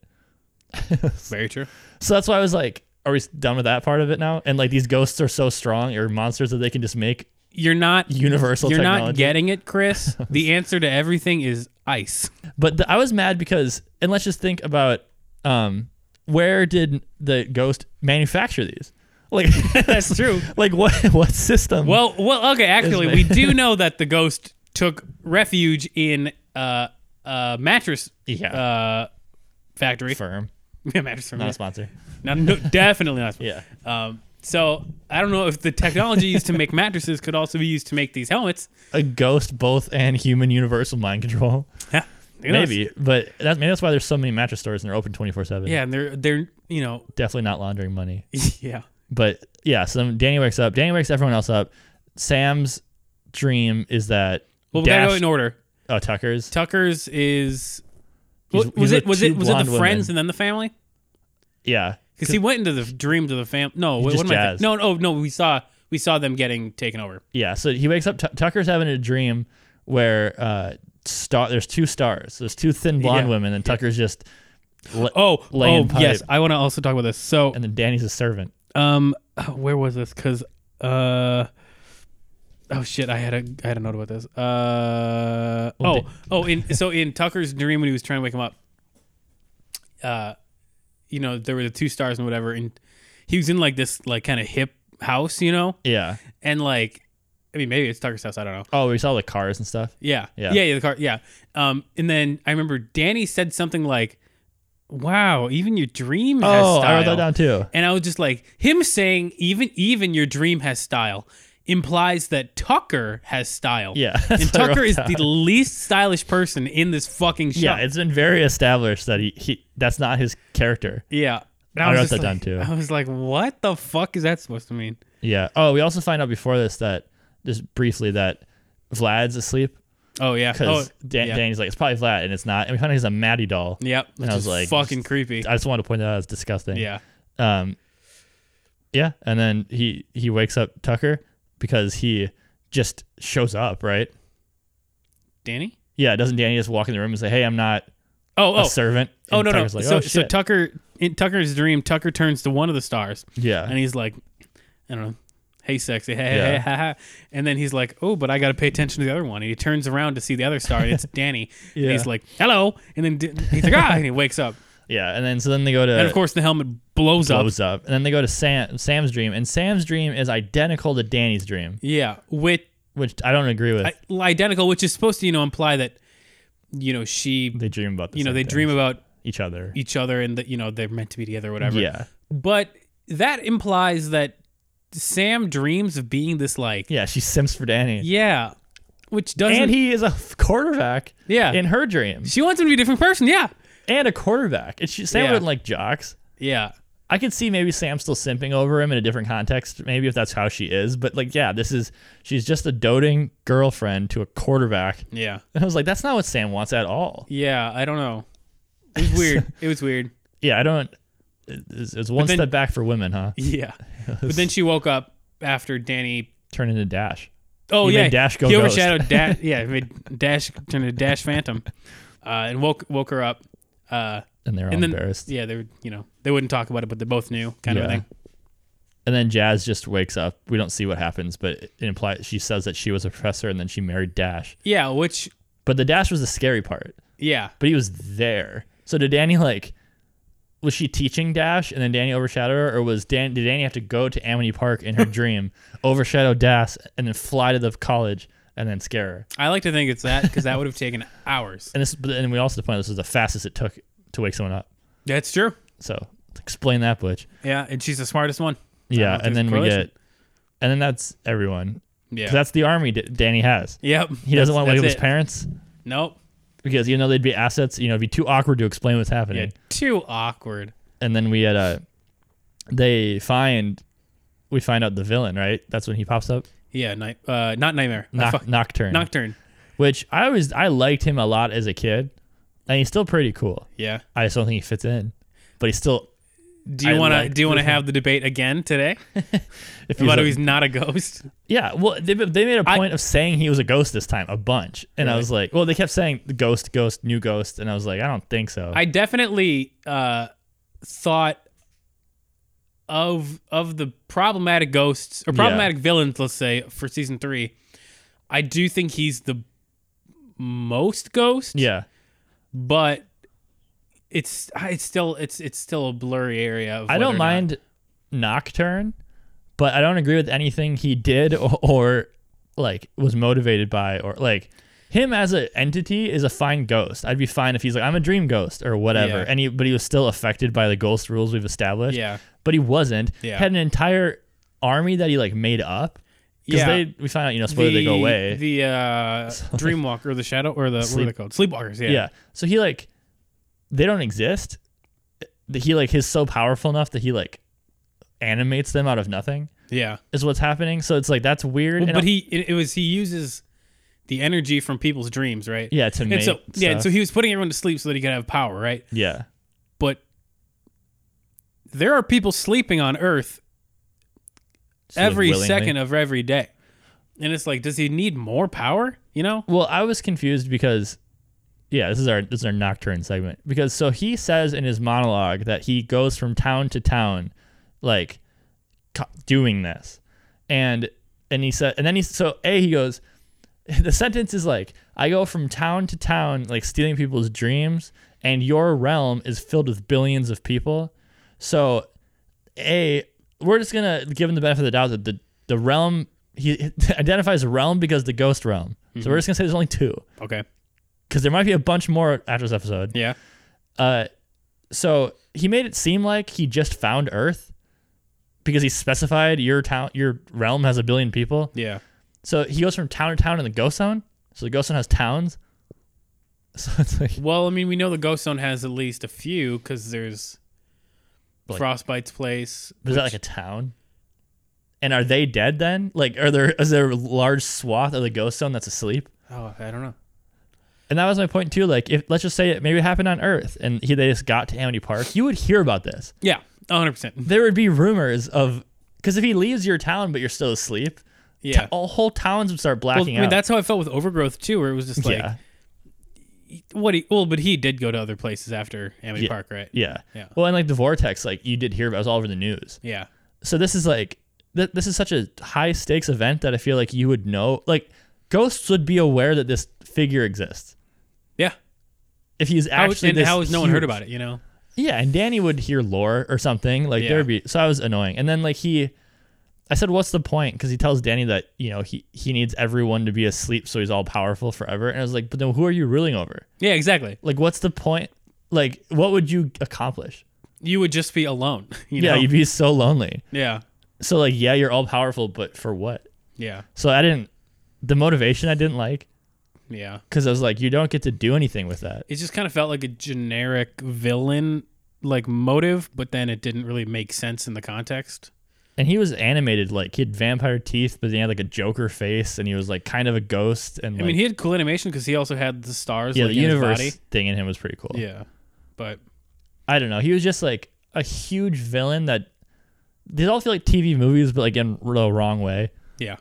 Speaker 1: Very true.
Speaker 2: So that's why I was like, are we done with that part of it now? And like these ghosts are so strong or monsters that they can just make
Speaker 1: You're not
Speaker 2: universal
Speaker 1: you're
Speaker 2: technology.
Speaker 1: not getting it, Chris. the answer to everything is ice.
Speaker 2: But the, I was mad because, and let's just think about um, where did the ghost manufacture these? Like
Speaker 1: That's true.
Speaker 2: like what what system?
Speaker 1: Well, well, okay. Actually,
Speaker 2: Isn't
Speaker 1: we
Speaker 2: it?
Speaker 1: do know that the ghost took refuge in uh, a mattress
Speaker 2: Yeah.
Speaker 1: uh, factory.
Speaker 2: firm,
Speaker 1: Yeah, mattress firm.
Speaker 2: not
Speaker 1: yeah.
Speaker 2: a sponsor.
Speaker 1: Not- no, definitely not.
Speaker 2: Yeah.
Speaker 1: Um, so I don't know if the technology used to make mattresses could also be used to make these helmets.
Speaker 2: a ghost both and human universal mind control.
Speaker 1: Yeah. You know,
Speaker 2: maybe, but that's maybe that's why there's so many mattress stores and they're open 24 seven.
Speaker 1: Yeah, and they're they're you know
Speaker 2: definitely not laundering money.
Speaker 1: yeah.
Speaker 2: But yeah, so then Danny wakes up. Danny wakes everyone else up. Sam's dream is that
Speaker 1: Well, we gotta
Speaker 2: Dash,
Speaker 1: go in order.
Speaker 2: oh Tucker's.
Speaker 1: Tucker's is.
Speaker 2: He's-
Speaker 1: was
Speaker 2: he's
Speaker 1: it
Speaker 2: with
Speaker 1: was
Speaker 2: two
Speaker 1: it was it the
Speaker 2: blonde
Speaker 1: friends
Speaker 2: women.
Speaker 1: and then the family?
Speaker 2: yeah,
Speaker 1: Because he went into the dreams of the fam. No, what,
Speaker 2: just
Speaker 1: what am I
Speaker 2: jazzed.
Speaker 1: thinking? No, no, no. We saw we saw them getting taken over.
Speaker 2: yeah. So he wakes up. Tu Tucker's having a dream where uh, star. There's two stars. There's two thin blonde
Speaker 1: Yeah.
Speaker 2: women, and Tucker's just. le-
Speaker 1: Oh, oh,
Speaker 2: Laying pipe.
Speaker 1: yes. I want to also talk about this. So,
Speaker 2: And then Danny's a servant.
Speaker 1: um, where was this? Because, uh, oh shit, I had a I had a note about this. Uh,
Speaker 2: Well,
Speaker 1: oh,
Speaker 2: da-
Speaker 1: oh, in so in Tucker's dream when he was trying to wake him up, uh, you know there were the two stars and whatever, and he was in like this like kind of hip house, you know,
Speaker 2: Yeah.
Speaker 1: and like, I mean maybe it's Tucker's house, I don't know.
Speaker 2: Oh, we saw the cars and stuff.
Speaker 1: Yeah.
Speaker 2: Yeah.
Speaker 1: Yeah. Yeah. The car. Yeah. Um, and then I remember Danny said something like, "Wow, even your dream has
Speaker 2: Oh,
Speaker 1: style."
Speaker 2: I wrote that down too.
Speaker 1: And I was just like, him saying, "Even even your dream has style," implies that Tucker has style.
Speaker 2: Yeah, that's
Speaker 1: And
Speaker 2: what I
Speaker 1: Tucker
Speaker 2: wrote
Speaker 1: is
Speaker 2: down.
Speaker 1: the least stylish person in this fucking show.
Speaker 2: Yeah, it's been very established that he, he that's not his character.
Speaker 1: yeah. And
Speaker 2: I
Speaker 1: was
Speaker 2: wrote
Speaker 1: just
Speaker 2: that down
Speaker 1: like-
Speaker 2: too.
Speaker 1: I was like, "What the fuck is that supposed to mean?"
Speaker 2: Yeah. Oh, we also find out before this that just briefly that Vlad's asleep
Speaker 1: Oh yeah. Oh,
Speaker 2: because Dan-
Speaker 1: yeah.
Speaker 2: Danny's like it's probably Vlad and it's not. And we find out he's a Maddie doll.
Speaker 1: Yep.
Speaker 2: And
Speaker 1: Which
Speaker 2: I was
Speaker 1: is
Speaker 2: like,
Speaker 1: fucking creepy.
Speaker 2: I just wanted to point that out. It's disgusting.
Speaker 1: yeah.
Speaker 2: Um. Yeah, and then he he wakes up Tucker because he just shows up, right?
Speaker 1: Danny.
Speaker 2: Yeah. Doesn't Danny just walk in the room and say, "Hey, I'm not
Speaker 1: Oh. Oh.
Speaker 2: a servant"?
Speaker 1: Oh
Speaker 2: And
Speaker 1: no
Speaker 2: Tucker's
Speaker 1: no!
Speaker 2: Like,
Speaker 1: so
Speaker 2: oh,
Speaker 1: so
Speaker 2: shit."
Speaker 1: Tucker in Tucker's dream, Tucker turns to one of the stars,
Speaker 2: yeah.
Speaker 1: and he's like, I don't know, hey sexy, hey
Speaker 2: Yeah.
Speaker 1: hey hey ha ha, and then he's like, oh, but I got to pay attention to the other one, and he turns around to see the other star, and it's Danny, and
Speaker 2: Yeah.
Speaker 1: he's like, hello, and then D- he's like ah, and he wakes up,
Speaker 2: yeah, and then so then they go to
Speaker 1: and of course the helmet blows up,
Speaker 2: blows up. And then they go to Sam Sam's dream, and Sam's dream is identical to Danny's dream,
Speaker 1: yeah, with
Speaker 2: which I don't agree with.
Speaker 1: I, identical, which is supposed to you know imply that you know she,
Speaker 2: they dream about the
Speaker 1: you know
Speaker 2: same
Speaker 1: they
Speaker 2: things,
Speaker 1: dream about
Speaker 2: each other.
Speaker 1: each other and that you know they're meant to be together, or whatever,
Speaker 2: Yeah,
Speaker 1: but that implies that Sam dreams of being this like
Speaker 2: yeah. She simps for Danny,
Speaker 1: yeah, which doesn't
Speaker 2: and he is a quarterback.
Speaker 1: Yeah.
Speaker 2: in her dream,
Speaker 1: she wants him to be a different person yeah
Speaker 2: and a quarterback. And she Sam
Speaker 1: Yeah.
Speaker 2: wouldn't like jocks.
Speaker 1: yeah
Speaker 2: I could see maybe Sam still simping over him in a different context, maybe if that's how she is. But like, yeah, this is she's just a doting girlfriend to a quarterback.
Speaker 1: yeah
Speaker 2: And I was like, that's not what Sam wants at all.
Speaker 1: yeah I don't know it was weird it was weird
Speaker 2: Yeah, I don't. It's, it's one
Speaker 1: then-
Speaker 2: step back for women, huh?
Speaker 1: yeah but then she woke up after Danny
Speaker 2: Turn into Dash.
Speaker 1: oh
Speaker 2: He
Speaker 1: yeah
Speaker 2: made Dash go
Speaker 1: he
Speaker 2: ghost.
Speaker 1: overshadowed Dash yeah he made Dash turn into Dash Phantom uh, and woke woke her up uh,
Speaker 2: and they're all
Speaker 1: and then
Speaker 2: embarrassed.
Speaker 1: yeah they were you know they wouldn't talk about it but they both knew kind of a
Speaker 2: Yeah.
Speaker 1: thing
Speaker 2: And then Jazz just wakes up. We don't see what happens, but it implies she says that she was a professor and then she married Dash.
Speaker 1: yeah which
Speaker 2: But the Dash was the scary part.
Speaker 1: yeah
Speaker 2: But he was there. So did Danny like was she teaching Dash and then Danny overshadowed her, or was Dan did Danny have to go to Amity Park in her dream, overshadow Dash, and then fly to the college and then scare her?
Speaker 1: I like to think it's that because that would have taken hours
Speaker 2: And this but and we also have to point out this is the fastest it took to wake someone up.
Speaker 1: that's true
Speaker 2: So explain that, Butch.
Speaker 1: yeah and she's the smartest one know
Speaker 2: Yeah,
Speaker 1: if
Speaker 2: and
Speaker 1: there's
Speaker 2: then we
Speaker 1: correlation.
Speaker 2: get and then that's everyone.
Speaker 1: yeah
Speaker 2: 'Cause That's the army D- Danny has.
Speaker 1: yep
Speaker 2: He doesn't want to wake up his
Speaker 1: parents.
Speaker 2: parents
Speaker 1: nope
Speaker 2: because even though they'd be assets, you know, it'd be too awkward to explain what's
Speaker 1: yeah
Speaker 2: happening.
Speaker 1: too awkward
Speaker 2: And then we had a, they find, we find out the villain, right? That's when he pops up.
Speaker 1: Yeah, night. Uh, not nightmare. Uh,
Speaker 2: Noc-
Speaker 1: fuck.
Speaker 2: Nocturne,
Speaker 1: Nocturne.
Speaker 2: which I always I liked him a lot as a kid, and he's still pretty cool.
Speaker 1: Yeah.
Speaker 2: I just don't think he fits in, but he's still.
Speaker 1: Do you
Speaker 2: I
Speaker 1: want to
Speaker 2: like
Speaker 1: do you want to
Speaker 2: this
Speaker 1: have the debate again today
Speaker 2: If
Speaker 1: about
Speaker 2: a-
Speaker 1: who he's not a ghost?
Speaker 2: yeah, well, they, they made a
Speaker 1: I-
Speaker 2: point of saying he was a ghost this time a bunch, and I
Speaker 1: Really?
Speaker 2: was like, well, they kept saying the ghost, ghost, new ghost, and I was like, I don't think so.
Speaker 1: I definitely uh, thought of of the problematic ghosts or
Speaker 2: Yeah.
Speaker 1: problematic villains, let's say, for season three. I do think he's the most ghost,
Speaker 2: yeah,
Speaker 1: but it's it's still it's it's still a blurry area. Of
Speaker 2: I
Speaker 1: whether
Speaker 2: don't
Speaker 1: or not-
Speaker 2: mind Nocturne, but I don't agree with anything he did or, or like was motivated by or like him as an entity is a fine ghost. I'd be fine if he's like I'm a dream ghost or whatever.
Speaker 1: Yeah.
Speaker 2: And he, but he was still affected by the ghost rules we've established.
Speaker 1: Yeah.
Speaker 2: But he wasn't.
Speaker 1: Yeah.
Speaker 2: Had an entire army that he like made up. Because
Speaker 1: Yeah.
Speaker 2: they we find out you know spoiler they go
Speaker 1: The-
Speaker 2: away.
Speaker 1: The uh, Dreamwalker, the Shadow, or the what are they
Speaker 2: Sleep-
Speaker 1: called? Sleepwalkers. Yeah.
Speaker 2: yeah. So he like they don't exist. That He like is so powerful enough that he like animates them out of nothing
Speaker 1: Yeah.
Speaker 2: is what's happening. So it's like that's weird.
Speaker 1: Well,
Speaker 2: and
Speaker 1: but he it, it was he uses the energy from people's dreams, right?
Speaker 2: yeah to
Speaker 1: And
Speaker 2: make
Speaker 1: so yeah, and so
Speaker 2: stuff.
Speaker 1: he was putting everyone to sleep so that he could have power, right?
Speaker 2: yeah
Speaker 1: But there are people sleeping on Earth
Speaker 2: Just, like,
Speaker 1: every
Speaker 2: willingly.
Speaker 1: second of every day. And it's like, does he need more power? You know?
Speaker 2: Well, I was confused because yeah, this is our this is our nocturne segment because so he says in his monologue that he goes from town to town like co- doing this. And and he said and then he so A he goes the sentence is like I go from town to town like stealing people's dreams and your realm is filled with billions of people. So a we're just gonna give him the benefit of the doubt that the the realm he identifies realm because the ghost realm. So we're just gonna say there's only two
Speaker 1: Okay.
Speaker 2: because there might be a bunch more after this episode.
Speaker 1: Yeah.
Speaker 2: Uh, so he made it seem like he just found Earth because he specified your town, your realm has a billion people.
Speaker 1: Yeah.
Speaker 2: So he goes from town to town in the ghost zone. So the ghost zone has towns. So it's like
Speaker 1: Well, I mean, we know the Ghost Zone has at least a few because there's
Speaker 2: Like-
Speaker 1: Frostbite's place.
Speaker 2: But is that like a town? And are they dead then? Like, are there is there a large swath of the ghost zone that's asleep?
Speaker 1: Oh, I don't know.
Speaker 2: And that was my point too. Like, if let's just say it maybe happened on Earth, and he, they just got to Amity Park, you would hear about this.
Speaker 1: Yeah, 100%.
Speaker 2: There would be rumors of because if he leaves your town but you're still asleep,
Speaker 1: Yeah.
Speaker 2: all whole towns would start
Speaker 1: Well, I
Speaker 2: blacking
Speaker 1: mean,
Speaker 2: out.
Speaker 1: that's how I felt with Overgrowth, too, where it was just like,
Speaker 2: yeah,
Speaker 1: what he, well, but he did go to other places after Amity
Speaker 2: Yeah.
Speaker 1: Park, right?
Speaker 2: yeah,
Speaker 1: Yeah.
Speaker 2: Well, and like the vortex, like you did hear about, it was all over the news.
Speaker 1: Yeah.
Speaker 2: So this is like th- this is such a high stakes event that I feel like you would know, like ghosts would be aware that this figure exists.
Speaker 1: Yeah.
Speaker 2: if he's
Speaker 1: How,
Speaker 2: actually
Speaker 1: and
Speaker 2: this
Speaker 1: how has no one heard
Speaker 2: huge-
Speaker 1: about it, you know?
Speaker 2: Yeah, and Danny would hear lore or something like
Speaker 1: Yeah.
Speaker 2: there'd be. So I was annoying, and then like he, I said, "What's the point?" Because he tells Danny that you know he he needs everyone to be asleep so he's all powerful forever, and I was like, "But then who are you ruling over?
Speaker 1: Yeah, exactly.
Speaker 2: Like, what's the point? Like, what would you accomplish?
Speaker 1: You would just be alone, you
Speaker 2: yeah,
Speaker 1: know?
Speaker 2: you'd be so lonely.
Speaker 1: yeah.
Speaker 2: So like, yeah, you're all powerful, but for what?
Speaker 1: Yeah.
Speaker 2: So I didn't. The motivation I didn't like
Speaker 1: Yeah.
Speaker 2: because I was like, you don't get to do anything with that.
Speaker 1: It just kind of felt like a generic villain like motive, but then it didn't really make sense in the context.
Speaker 2: and he was animated like he had vampire teeth but then he had like a joker face and he was like kind of a ghost and
Speaker 1: I mean, he had cool animation because he also had the stars.
Speaker 2: yeah
Speaker 1: like,
Speaker 2: the
Speaker 1: in his
Speaker 2: universe
Speaker 1: body.
Speaker 2: thing in him was pretty cool
Speaker 1: Yeah, but
Speaker 2: i don't know he was just like a huge villain that they all feel like tv movies but like in the wrong way
Speaker 1: yeah,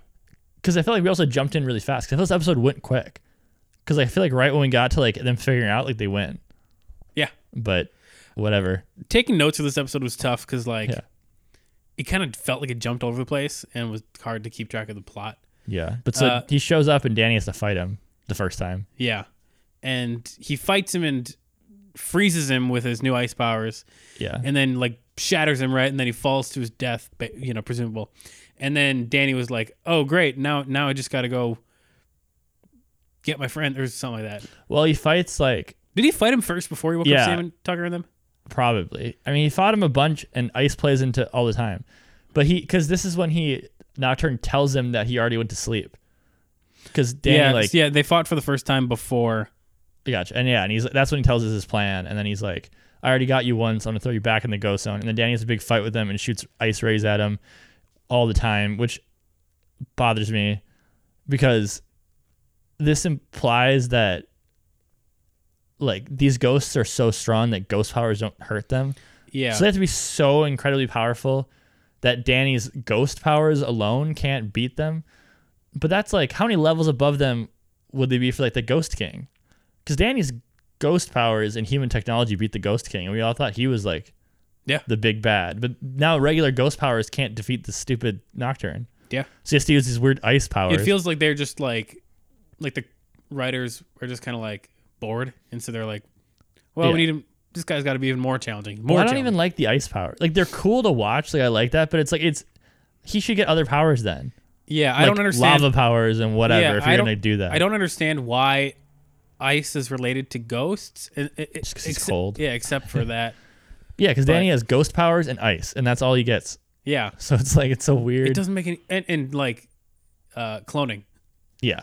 Speaker 2: because i feel like we also jumped in really fast because i feel this episode went quick because i feel like right when we got to like them figuring out like they went
Speaker 1: yeah.
Speaker 2: but whatever
Speaker 1: Taking notes of this episode was tough because like
Speaker 2: Yeah.
Speaker 1: it kind of felt like it jumped all over the place and was hard to keep track of the plot.
Speaker 2: yeah but so
Speaker 1: Uh,
Speaker 2: he shows up and danny has to fight him the first time
Speaker 1: Yeah, and he fights him and freezes him with his new ice powers,
Speaker 2: yeah
Speaker 1: and then like shatters him right, and then he falls to his death, ba- you know, presumable. And then Danny was like, "Oh great, now now I just got to go get my friend or something like that."
Speaker 2: well he fights like
Speaker 1: Did he fight him first before he woke
Speaker 2: Yeah.
Speaker 1: up Sam and Tucker and them?
Speaker 2: probably. I mean, he fought him a bunch, and Ice plays into all the time. But he, because this is when he Nocturne tells him that he already went to sleep. Because Danny,
Speaker 1: yeah,
Speaker 2: like,
Speaker 1: yeah, they fought for the first time before.
Speaker 2: gotcha, and yeah, and he's that's when he tells us his plan, and then he's like, "I already got you once. I'm gonna throw you back in the ghost zone." And then Danny has a big fight with him and shoots ice rays at him all the time, which bothers me because this implies that like these ghosts are so strong that ghost powers don't hurt them.
Speaker 1: Yeah,
Speaker 2: So they have to be so incredibly powerful that Danny's ghost powers alone can't beat them. But that's like how many levels above them would they be for like the Ghost King? Because Danny's ghost powers and human technology beat the Ghost King, and we all thought he was like
Speaker 1: Yeah.
Speaker 2: the big bad. But now regular ghost powers can't defeat the stupid Nocturne.
Speaker 1: yeah.
Speaker 2: So he has to use these weird ice powers.
Speaker 1: It feels like they're just like, like the writers are just kind of like bored, and so they're like, well, we
Speaker 2: Yeah.
Speaker 1: need him. This guy's got to be even more challenging. More.
Speaker 2: well, I don't
Speaker 1: challenging.
Speaker 2: even like the ice power. Like they're cool to watch. Like I like that, but it's like it's he should get other powers then.
Speaker 1: Yeah, I
Speaker 2: Like,
Speaker 1: don't understand.
Speaker 2: lava powers and whatever.
Speaker 1: yeah,
Speaker 2: if
Speaker 1: I
Speaker 2: you're
Speaker 1: don't-
Speaker 2: gonna do that,
Speaker 1: I don't understand why ice is related to ghosts. It- it- it-
Speaker 2: 'cause he's
Speaker 1: exce-
Speaker 2: cold.
Speaker 1: Yeah, except for that.
Speaker 2: Yeah, because Danny
Speaker 1: But-
Speaker 2: has ghost powers and ice, and that's all he gets.
Speaker 1: Yeah,
Speaker 2: So it's like it's so
Speaker 1: it
Speaker 2: weird.
Speaker 1: doesn't make any. And, and like, uh, cloning.
Speaker 2: Yeah.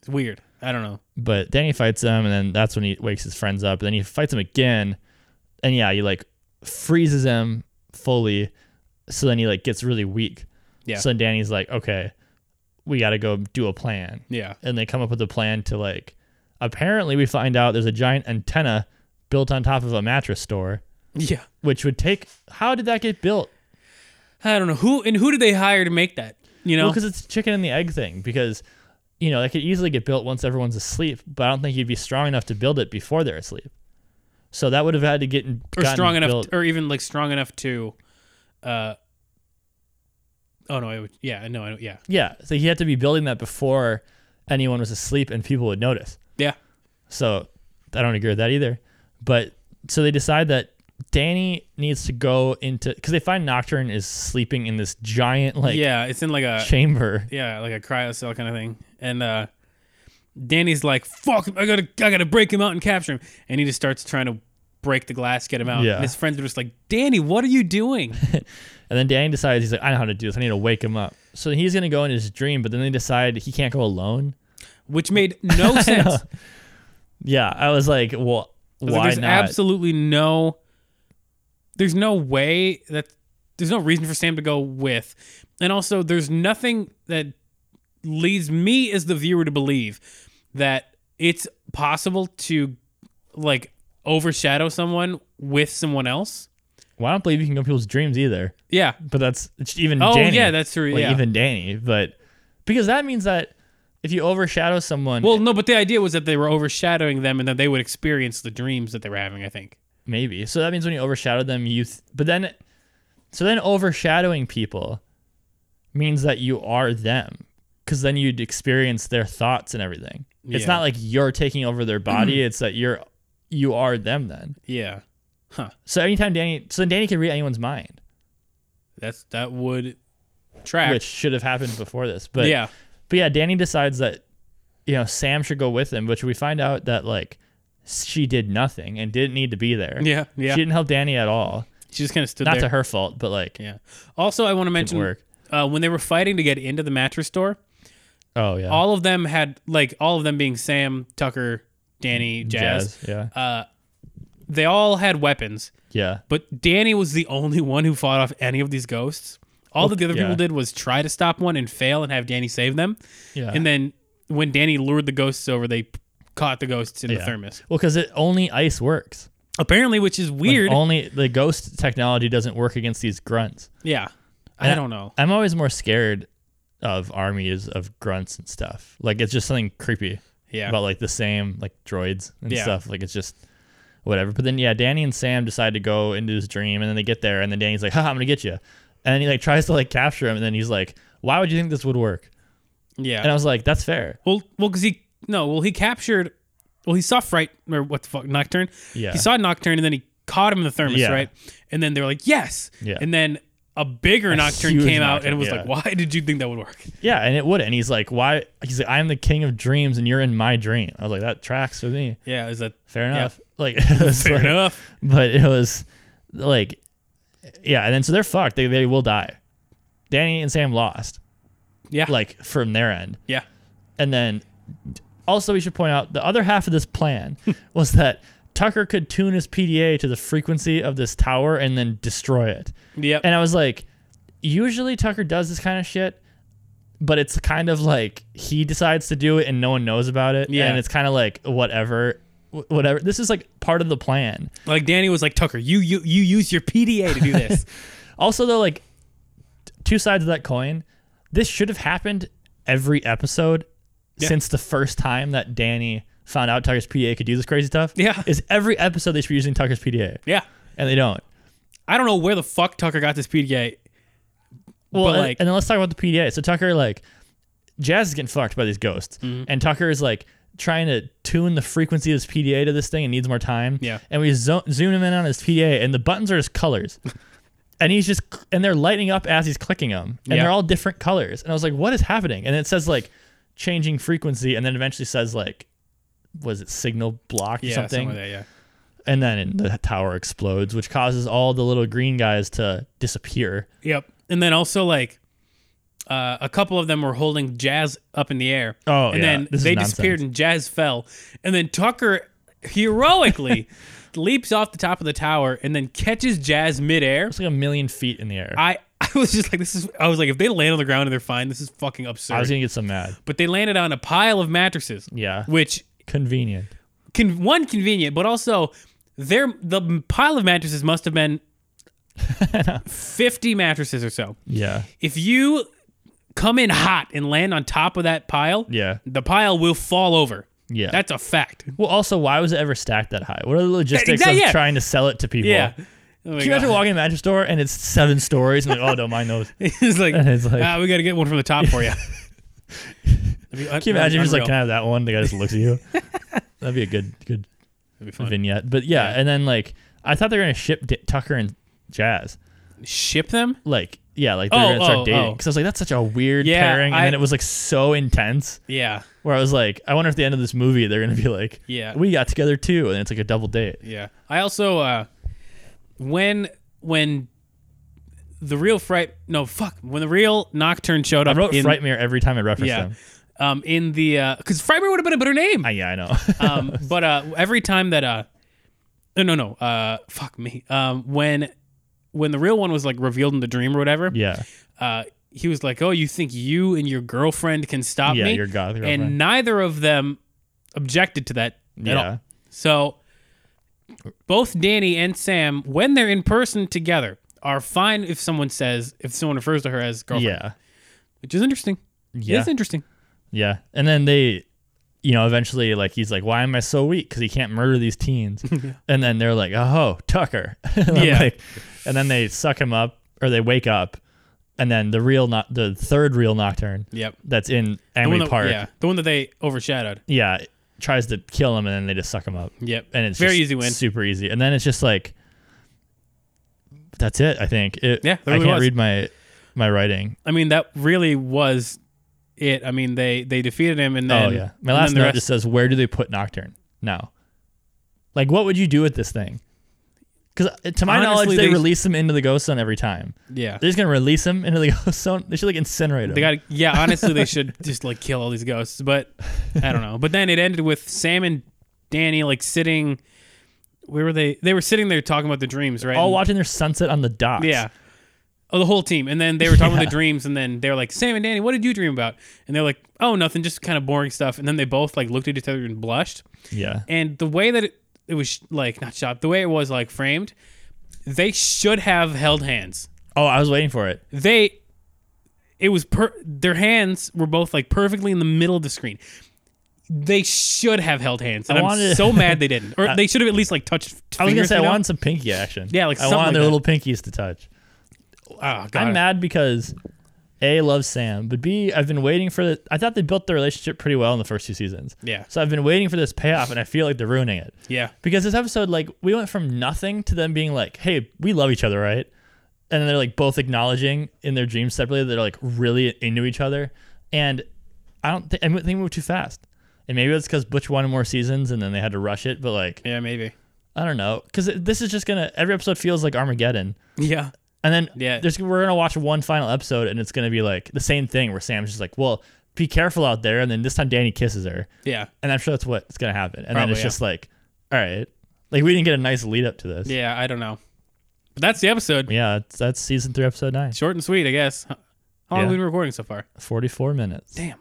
Speaker 1: It's weird. I don't know.
Speaker 2: But then he fights him, and then that's when he wakes his friends up. Then he fights him again, and yeah, he like freezes him fully. So then he like gets really weak.
Speaker 1: Yeah.
Speaker 2: So then Danny's like, okay, we got to go do a plan,
Speaker 1: Yeah.
Speaker 2: and they come up with a plan to like. Apparently, we find out there's a giant antenna built on top of a mattress store,
Speaker 1: Yeah.
Speaker 2: which would take. How did that get built?
Speaker 1: I don't know who and who did they hire to make that. You know,
Speaker 2: Well, because it's chicken and the egg thing. Because you know that could easily get built once everyone's asleep, but I don't think you'd be strong enough to build it before they're asleep. So that would have had to get
Speaker 1: or
Speaker 2: gotten
Speaker 1: strong enough,
Speaker 2: built-
Speaker 1: or even like strong enough to. uh Oh no! I would, yeah, I know. I know. Yeah,
Speaker 2: yeah, so he had to be building that before anyone was asleep and people would notice.
Speaker 1: yeah,
Speaker 2: So I don't agree with that either. But so they decide that Danny needs to go into because they find Nocturne is sleeping in this giant like
Speaker 1: yeah. It's in like a
Speaker 2: chamber.
Speaker 1: yeah, like a cryo cell kind of thing. And uh Danny's like, "Fuck! I gotta, I gotta break him out and capture him." And he just starts trying to break the glass, get him out.
Speaker 2: Yeah.
Speaker 1: And his friends are just like, "Danny, what are you doing?"
Speaker 2: And then Danny decides he's like, I know how to do this. I need to wake him up. So he's gonna go in his dream, but then they decide he can't go alone.
Speaker 1: Which made no sense. I
Speaker 2: Yeah, I was like, well,
Speaker 1: was like,
Speaker 2: why
Speaker 1: there's
Speaker 2: not?
Speaker 1: absolutely no. There's no way that there's no reason for Sam to go with, and also there's nothing that leads me as the viewer to believe that it's possible to like overshadow someone with someone else.
Speaker 2: well, I don't believe you can go in people's dreams either.
Speaker 1: Yeah.
Speaker 2: But that's it's even.
Speaker 1: Oh,
Speaker 2: Danny,
Speaker 1: yeah, that's true,
Speaker 2: Like,
Speaker 1: yeah.
Speaker 2: even Danny, but because that means that if you overshadow someone,
Speaker 1: Well, no, but the idea was that they were overshadowing them and that they would experience the dreams that they were having, I think.
Speaker 2: maybe. So that means when you overshadow them, you. Th- but then, so then overshadowing people means that you are them, because then you'd experience their thoughts and everything. It's
Speaker 1: Yeah.
Speaker 2: not like you're taking over their body. it's that you're, you are them. Then
Speaker 1: Yeah.
Speaker 2: so anytime Danny, so then Danny can read anyone's mind,
Speaker 1: That's that would track.
Speaker 2: which should have happened before this. But
Speaker 1: yeah.
Speaker 2: But yeah, Danny decides that you know Sam should go with him, which we find out that like she did nothing and didn't need to be there.
Speaker 1: Yeah. Yeah.
Speaker 2: she
Speaker 1: She,
Speaker 2: didn't help Danny at all.
Speaker 1: just kind of stood
Speaker 2: Not
Speaker 1: there.
Speaker 2: to her fault, but like
Speaker 1: Yeah. Also, I want to mention
Speaker 2: work.
Speaker 1: Uh, when they were fighting to get into the mattress store,
Speaker 2: oh yeah,
Speaker 1: all of them had like all of them being Sam, Tucker, Danny, Jazz. Uh,
Speaker 2: yeah,
Speaker 1: They all had weapons,
Speaker 2: yeah,
Speaker 1: but Danny was the only one who fought off any of these ghosts. All that the other
Speaker 2: yeah.
Speaker 1: people did was try to stop one and fail and have Danny save them.
Speaker 2: yeah.
Speaker 1: And then when Danny lured the ghosts over, they p- caught the ghosts in
Speaker 2: Yeah.
Speaker 1: the thermos.
Speaker 2: well, because it only ice works.
Speaker 1: Apparently, which is
Speaker 2: Like,
Speaker 1: weird.
Speaker 2: only the ghost technology doesn't work against these grunts.
Speaker 1: yeah. I don't know.
Speaker 2: I'm always more scared of armies of grunts and stuff. Like it's just something creepy.
Speaker 1: Yeah.
Speaker 2: about like the same like droids and
Speaker 1: Yeah.
Speaker 2: stuff. Like it's just whatever. But then yeah, Danny and Sam decide to go into his dream, and then they get there, and then Danny's like, "Ha, I'm gonna get you," and then he like tries to like capture him, and then he's like, "Why would you think this would work?"
Speaker 1: yeah.
Speaker 2: And I was like, "That's fair."
Speaker 1: well, well, because he no, well, he captured. Well, he saw fright or what the fuck nocturne.
Speaker 2: Yeah.
Speaker 1: He saw nocturne and then he caught him in the thermos,
Speaker 2: Yeah.
Speaker 1: right? And then they were like, yes.
Speaker 2: Yeah.
Speaker 1: And then a bigger nocturne
Speaker 2: huge
Speaker 1: came out and
Speaker 2: Nocturne,
Speaker 1: was
Speaker 2: yeah.
Speaker 1: like, why did you think that would work?
Speaker 2: Yeah, and it would. And he's like, "Why?" He's like, "I'm the king of dreams, and you're in my dream." I was like, "That tracks with me."
Speaker 1: Yeah. Is that
Speaker 2: Fair
Speaker 1: Yeah.
Speaker 2: enough. Like, it was
Speaker 1: fair
Speaker 2: like-
Speaker 1: enough?
Speaker 2: But it was like, yeah. And then so they're fucked. They they will die. Danny and Sam lost.
Speaker 1: Yeah.
Speaker 2: Like from their end.
Speaker 1: yeah.
Speaker 2: And then also, we should point out the other half of this plan was that Tucker could tune his PDA to the frequency of this tower and then destroy it.
Speaker 1: Yep.
Speaker 2: And I was like, usually Tucker does this kind of shit, but it's kind of like he decides to do it and no one knows about it.
Speaker 1: Yeah.
Speaker 2: And it's kind of like, whatever. wh- Whatever. This is like part of the plan.
Speaker 1: like Danny was like, Tucker, you you you use your PDA to do this.
Speaker 2: Also, though, like t- two sides of that coin, this should have happened every episode
Speaker 1: Yeah.
Speaker 2: since the first time that Danny found out Tucker's PDA could do this crazy stuff.
Speaker 1: Yeah.
Speaker 2: Is every episode they should be using Tucker's PDA.
Speaker 1: yeah.
Speaker 2: And they don't.
Speaker 1: I don't know where the fuck Tucker got this PDA.
Speaker 2: Well,
Speaker 1: But,
Speaker 2: and-
Speaker 1: like-
Speaker 2: and then let's talk about the PDA. So Tucker, like, Jazz is getting fucked by these ghosts,
Speaker 1: Mm-hmm.
Speaker 2: and Tucker is like trying to tune the frequency of his PDA to this thing and needs more time.
Speaker 1: Yeah.
Speaker 2: and we zo- zoom him in on his PDA, and the buttons are his colors, and he's just and they're lighting up as he's clicking them, and
Speaker 1: Yeah.
Speaker 2: they're all different colors. And I was like, what is happening? And it says like changing frequency, and then eventually says like, was it signal block or
Speaker 1: Yeah, something
Speaker 2: something?
Speaker 1: like that. Yeah.
Speaker 2: And then the tower explodes, which causes all the little green guys to disappear.
Speaker 1: Yep. And then also like uh, a couple of them were holding Jazz up in the air.
Speaker 2: Oh,
Speaker 1: and
Speaker 2: yeah.
Speaker 1: then
Speaker 2: This is
Speaker 1: they disappeared
Speaker 2: nonsense.
Speaker 1: and Jazz fell. And then Tucker heroically leaps off the top of the tower and then catches Jazz midair.
Speaker 2: It's like a million feet in the air. I,
Speaker 1: I I was just like, this is. I was like, if they land on the ground and they're fine, this is fucking absurd.
Speaker 2: was gonna get so mad.
Speaker 1: but they landed on a pile of mattresses.
Speaker 2: Yeah.
Speaker 1: Which
Speaker 2: Convenient.
Speaker 1: can one convenient, but also their the pile of mattresses must have been fifty mattresses or so.
Speaker 2: Yeah.
Speaker 1: If you come in hot and land on top of that pile,
Speaker 2: Yeah.
Speaker 1: the pile will fall over.
Speaker 2: Yeah.
Speaker 1: That's a fact.
Speaker 2: well, also, why was it ever stacked that high? What are the logistics
Speaker 1: exact-
Speaker 2: of
Speaker 1: yeah.
Speaker 2: trying to sell it to people?
Speaker 1: Yeah.
Speaker 2: Can
Speaker 1: Oh my
Speaker 2: you imagine
Speaker 1: God.
Speaker 2: walking in a mattress store and it's seven stories and like, oh, don't mind those. Can
Speaker 1: it's like,
Speaker 2: It's like-
Speaker 1: ah, we got to get one from the top for you. Can
Speaker 2: you imagine if he's like, can I have that one? The guy just looks at you. That'd be a good, good vignette. But yeah,
Speaker 1: Yeah.
Speaker 2: and then like, I thought they were gonna ship D- Tucker and Jazz.
Speaker 1: ship them?
Speaker 2: Like, yeah, like they're
Speaker 1: Oh,
Speaker 2: gonna start
Speaker 1: oh,
Speaker 2: dating.
Speaker 1: oh.
Speaker 2: Because I was like, that's such a weird
Speaker 1: Yeah,
Speaker 2: pairing, and
Speaker 1: I-
Speaker 2: then it was like so intense.
Speaker 1: Yeah.
Speaker 2: Where I was like, I wonder if at the end of this movie they're gonna be like,
Speaker 1: Yeah.
Speaker 2: we got together too, and it's like a double date.
Speaker 1: Yeah. I also uh when when the real fright no fuck when the real nocturne showed
Speaker 2: I
Speaker 1: up
Speaker 2: wrote
Speaker 1: in
Speaker 2: Frightmare every time I referenced
Speaker 1: yeah
Speaker 2: them.
Speaker 1: um in the uh because frightmare would have been a better name
Speaker 2: Ah, yeah, I know.
Speaker 1: um but uh every time that uh no no no uh fuck me um when when the real one was like revealed in the dream or whatever
Speaker 2: yeah,
Speaker 1: uh he was like oh you think you and your girlfriend can stop
Speaker 2: yeah,
Speaker 1: me
Speaker 2: your god
Speaker 1: and
Speaker 2: girlfriend.
Speaker 1: neither of them objected to that at all
Speaker 2: yeah,
Speaker 1: so both Danny and Sam, when they're in person together, are fine if someone says if someone refers to her as girlfriend,
Speaker 2: yeah,
Speaker 1: which is interesting.
Speaker 2: yeah,
Speaker 1: It's interesting.
Speaker 2: yeah. And then they, you know, eventually, like he's like, "Why am I so weak?" Because he can't murder these teens. And then they're like, "Oh, Tucker." And I'm
Speaker 1: Yeah.
Speaker 2: like- and then they suck him up, or they wake up, and then the real, no- the third real nocturne
Speaker 1: Yep.
Speaker 2: that's in
Speaker 1: The one
Speaker 2: Amity
Speaker 1: that,
Speaker 2: Park,
Speaker 1: yeah, the one that they overshadowed.
Speaker 2: yeah, tries to kill him, and then they just suck him up.
Speaker 1: Yep.
Speaker 2: and it's
Speaker 1: very
Speaker 2: just
Speaker 1: easy win.
Speaker 2: super easy. And then it's just like that's it. I think it.
Speaker 1: Yeah, there
Speaker 2: I
Speaker 1: really
Speaker 2: can't
Speaker 1: was.
Speaker 2: read my my writing.
Speaker 1: I mean, that really was it. I mean, they they defeated him, and then
Speaker 2: oh yeah, my
Speaker 1: and
Speaker 2: last
Speaker 1: then the
Speaker 2: note
Speaker 1: rest-
Speaker 2: just says, "Where do they put Nocturne now? Like, what would you do with this thing? Because to my
Speaker 1: Honestly,
Speaker 2: knowledge, they,
Speaker 1: they-
Speaker 2: release them into the ghost zone every time.
Speaker 1: yeah.
Speaker 2: They're just gonna release them into the ghost zone. They should like incinerate them.
Speaker 1: They got yeah. Honestly, they should just like kill all these ghosts, but I don't know. But then it ended with Sam and Danny like sitting. Where were they? They were sitting there talking about the dreams, right?
Speaker 2: all
Speaker 1: And-
Speaker 2: watching their sunset on the docks.
Speaker 1: Yeah. Oh, the whole team. And then they were talking about
Speaker 2: Yeah.
Speaker 1: the dreams, and then they were like, Sam and Danny, what did you dream about? And they're like, oh, nothing, just kind of boring stuff. And then they both like looked at each other and blushed.
Speaker 2: yeah,
Speaker 1: And the way that it, it was like, not shot, the way it was like framed, they should have held hands.
Speaker 2: Oh, I was waiting for it.
Speaker 1: They, it was, per, their hands were both like perfectly in the middle of the screen. They should have held hands. And
Speaker 2: I
Speaker 1: I'm
Speaker 2: wanted-
Speaker 1: so mad they didn't. Or they should have at least like touched.
Speaker 2: I was gonna
Speaker 1: fingers,
Speaker 2: say I
Speaker 1: you know?
Speaker 2: wanted some pinky action.
Speaker 1: Yeah, like
Speaker 2: I
Speaker 1: something
Speaker 2: wanted
Speaker 1: like
Speaker 2: their
Speaker 1: that.
Speaker 2: little pinkies to touch.
Speaker 1: Oh, God.
Speaker 2: I'm mad because A love Sam, but B I've been waiting for the I thought they built their relationship pretty well in the first two seasons.
Speaker 1: Yeah.
Speaker 2: So I've been waiting for this payoff and I feel like they're ruining it.
Speaker 1: Yeah.
Speaker 2: Because this episode like we went from nothing to them being like, "Hey, we love each other, right?" And then they're like both acknowledging in their dreams separately that they're like really into each other. And I don't think I think we moved too fast. And maybe it's because Butch wanted more seasons and then they had to rush it, but like
Speaker 1: Yeah, maybe.
Speaker 2: I don't know, because this is just gonna every episode feels like Armageddon.
Speaker 1: Yeah.
Speaker 2: And then
Speaker 1: Yeah.
Speaker 2: there's, we're gonna watch one final episode, and it's gonna be like the same thing where Sam's just like, "Well, be careful out there," and then this time Danny kisses her,
Speaker 1: Yeah.
Speaker 2: and I'm sure that's what's gonna happen. And then
Speaker 1: Probably,
Speaker 2: it's
Speaker 1: yeah.
Speaker 2: just like, "All right," like we didn't get a nice lead up to this.
Speaker 1: Yeah, I don't know. But that's the episode.
Speaker 2: yeah, that's, that's season three, episode nine.
Speaker 1: Short and sweet, I guess. How long have
Speaker 2: Yeah.
Speaker 1: we been recording so far?
Speaker 2: Forty-four minutes.
Speaker 1: Damn.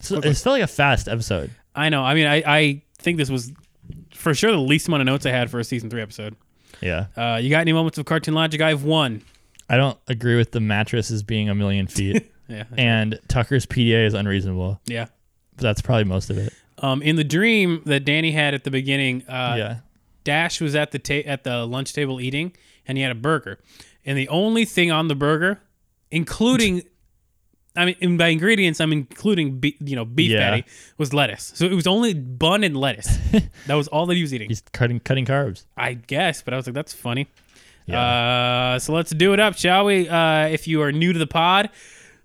Speaker 2: So it's still like a fast episode.
Speaker 1: I know. I mean, I, I think this was for sure the least amount of notes I had for a season three episode.
Speaker 2: Yeah,
Speaker 1: Uh, you got any moments of cartoon logic? I have one.
Speaker 2: I don't agree with the mattresses being a million feet,
Speaker 1: Yeah.
Speaker 2: and Tucker's PDA is unreasonable.
Speaker 1: Yeah.
Speaker 2: But that's probably most of it.
Speaker 1: Um, in the dream that Danny had at the beginning, uh,
Speaker 2: yeah,
Speaker 1: Dash was at the ta- at the lunch table eating, and he had a burger, and the only thing on the burger, including, I mean, and by ingredients, I'm including be- you know beef
Speaker 2: Yeah.
Speaker 1: patty, was lettuce. So it was only bun and lettuce. that was all that he was eating,
Speaker 2: he's cutting cutting carbs.
Speaker 1: I guess. But I was like, that's funny.
Speaker 2: Yeah.
Speaker 1: Uh, so let's do it up, shall we? Uh, if you are new to the pod,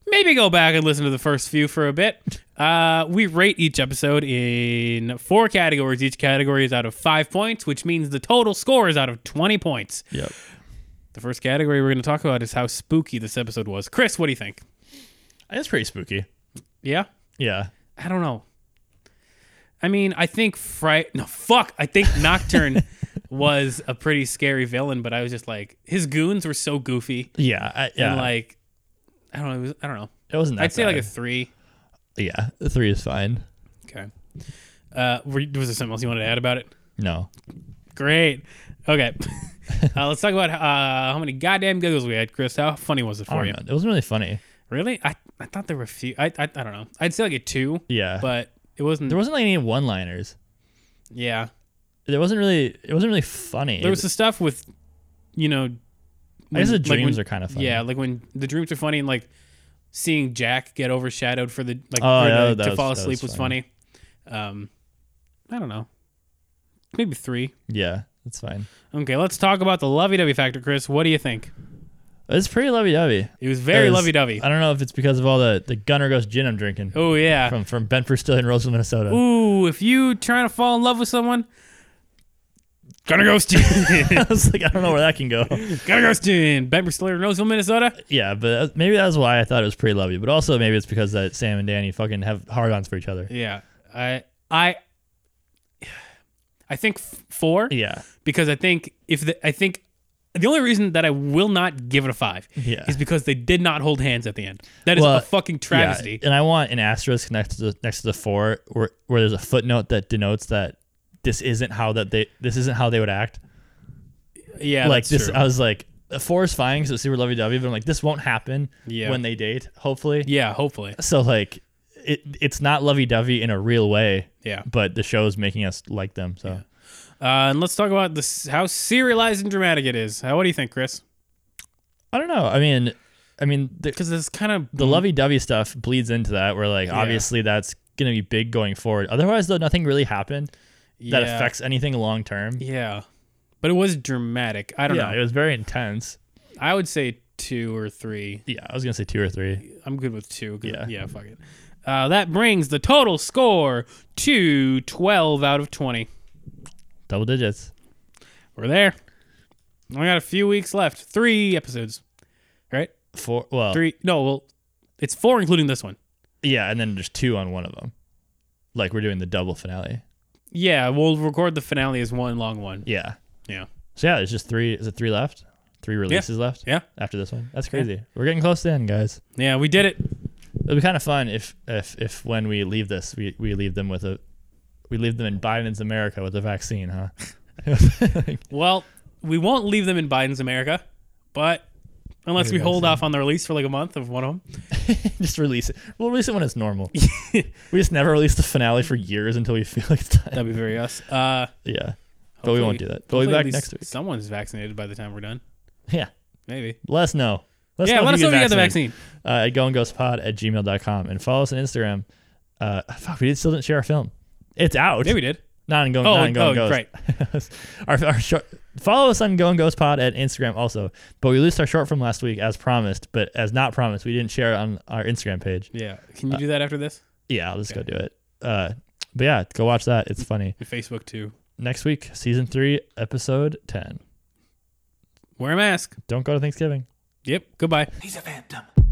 Speaker 1: maybe go back and listen to the first few for a bit. Uh, we rate each episode in four categories. Each category is out of five points, which means the total score is out of 20 points.
Speaker 2: Yep.
Speaker 1: The first category we're going to talk about is how spooky this episode was. Chris, what do you think?
Speaker 2: It's pretty spooky.
Speaker 1: Yeah.
Speaker 2: Yeah.
Speaker 1: I don't know. I mean, I think Fright. No, fuck. I think Nocturne was a pretty scary villain, but I was just like, his goons were so goofy
Speaker 2: Yeah. I, yeah.
Speaker 1: and like, I don't know. It was, I don't know.
Speaker 2: it wasn't that
Speaker 1: I'd say like a
Speaker 2: bad.
Speaker 1: three.
Speaker 2: yeah. The three is fine.
Speaker 1: Okay. Uh, were you- was there something else you wanted to add about it?
Speaker 2: No.
Speaker 1: Great. Okay. uh, let's talk about uh, how many goddamn giggles we had, Chris. How funny was it
Speaker 2: I
Speaker 1: for
Speaker 2: don't
Speaker 1: you?
Speaker 2: know. It wasn't really funny.
Speaker 1: Really? I, I thought there were a few. I, I I don't know. I'd say like a two,
Speaker 2: Yeah.
Speaker 1: but it wasn't.
Speaker 2: there wasn't like any one liners.
Speaker 1: yeah.
Speaker 2: There wasn't really. It wasn't really funny.
Speaker 1: There was the stuff with, you know,
Speaker 2: I guess the
Speaker 1: when- like
Speaker 2: dreams
Speaker 1: when-
Speaker 2: are kind of funny.
Speaker 1: Yeah, like when the dreams are funny and like seeing Jack get overshadowed for the like
Speaker 2: Oh,
Speaker 1: for
Speaker 2: yeah,
Speaker 1: the-
Speaker 2: that
Speaker 1: to
Speaker 2: was-
Speaker 1: fall
Speaker 2: that was
Speaker 1: asleep was funny. Um, I don't know, maybe three.
Speaker 2: Yeah. That's fine.
Speaker 1: Okay, let's talk about the lovey-dovey factor, Chris. What do you think?
Speaker 2: It's pretty lovey-dovey.
Speaker 1: It was very
Speaker 2: It's-
Speaker 1: lovey-dovey.
Speaker 2: I don't know if it's because of all the the Gunner Ghost gin I'm drinking
Speaker 1: Oh yeah.
Speaker 2: from from Benford Still in Roseville, Minnesota.
Speaker 1: Ooh, if you trying to fall in love with someone, gonna ghost you.
Speaker 2: I was like, I don't know where that can go.
Speaker 1: gonna ghost you in Bedford Slater, Roseville, Minnesota.
Speaker 2: Yeah, but that- maybe that's why I thought it was pretty lovey. But also maybe it's because that Sam and Danny fucking have hard-ons for each other.
Speaker 1: Yeah, I I I think f- four.
Speaker 2: Yeah,
Speaker 1: because I think if the, I think the only reason that I will not give it a five
Speaker 2: Yeah.
Speaker 1: is because they did not hold hands at the end. That is
Speaker 2: Well,
Speaker 1: a fucking travesty.
Speaker 2: Yeah, and I want an asterisk next to the, next to the four, where where there's a footnote that denotes that this isn't how that they this isn't how they would act.
Speaker 1: Yeah,
Speaker 2: like
Speaker 1: that's
Speaker 2: this,
Speaker 1: true.
Speaker 2: I was like, the four is fine because it's super lovey dovey, but I'm like, this won't happen
Speaker 1: Yeah.
Speaker 2: when they date, hopefully.
Speaker 1: yeah, hopefully.
Speaker 2: So like, it it's not lovey dovey in a real way.
Speaker 1: Yeah.
Speaker 2: But the show is making us like them. So
Speaker 1: Uh, and let's talk about this how serialized and dramatic it is. How, what do you think, Chris?
Speaker 2: I don't know. I mean, I mean, the,
Speaker 1: Because it's mm-hmm. kind of
Speaker 2: the lovey dovey stuff bleeds into that. Where like, obviously, that's gonna be big going forward. Otherwise, though, nothing really happened that
Speaker 1: yeah,
Speaker 2: affects anything long term.
Speaker 1: Yeah, but it was dramatic. I don't
Speaker 2: Yeah, it
Speaker 1: know.
Speaker 2: was very intense.
Speaker 1: I would say two or three.
Speaker 2: Yeah, I was gonna say two or three.
Speaker 1: I'm good with two. 'cause-
Speaker 2: Yeah.
Speaker 1: yeah, fuck it. Uh, that brings the total score to 12 out of 20.
Speaker 2: Double digits.
Speaker 1: We're there. We got a few weeks left. Three episodes, right?
Speaker 2: Four. Well,
Speaker 1: Three. No, well, it's four including this one.
Speaker 2: Yeah, and then there's two on one of them. Like we're doing the double finale.
Speaker 1: Yeah, we'll record the finale as one long one.
Speaker 2: Yeah.
Speaker 1: Yeah.
Speaker 2: So yeah, there's just three. Is it three left? Three releases left.
Speaker 1: Yeah.
Speaker 2: After this one, that's crazy. We're getting close to the end, guys.
Speaker 1: Yeah, we did it.
Speaker 2: It'll be kind of fun if if if when we leave this, we we leave them with a, we leave them in Biden's America with a vaccine, huh?
Speaker 1: Well, we won't leave them in Biden's America, but unless we hold off on the release for like a month of one of them.
Speaker 2: just release it. We'll release it when it's normal. we just never release the finale for years until we feel like it's time.
Speaker 1: That'd be very us. Uh,
Speaker 2: Yeah. But we won't do that. But we'll be
Speaker 1: hopefully at
Speaker 2: back
Speaker 1: least
Speaker 2: next week.
Speaker 1: Someone's vaccinated by the time we're done.
Speaker 2: Yeah.
Speaker 1: Maybe.
Speaker 2: Let us know. Let
Speaker 1: yeah, let us know if you got the
Speaker 2: vaccinated.
Speaker 1: vaccine.
Speaker 2: uh, at goandghostpod at gmail.com and follow us on Instagram. Uh, fuck, we did, still didn't share our film. It's out.
Speaker 1: Yeah, we did.
Speaker 2: Not on Going,
Speaker 1: Oh,
Speaker 2: not on going
Speaker 1: oh,
Speaker 2: Ghost. right. our, our short, follow us on Going Ghost Pod at Instagram also. But we released our short from last week as promised, but as not promised, we didn't share it on our Instagram page.
Speaker 1: Yeah. Uh, Can you do that after this?
Speaker 2: Yeah, I'll just go do it. Uh, but yeah, go watch that. It's funny.
Speaker 1: And Facebook too.
Speaker 2: Next week, season three, episode 10.
Speaker 1: Wear a mask.
Speaker 2: Don't go to Thanksgiving.
Speaker 1: Yep. Goodbye.
Speaker 3: He's a phantom.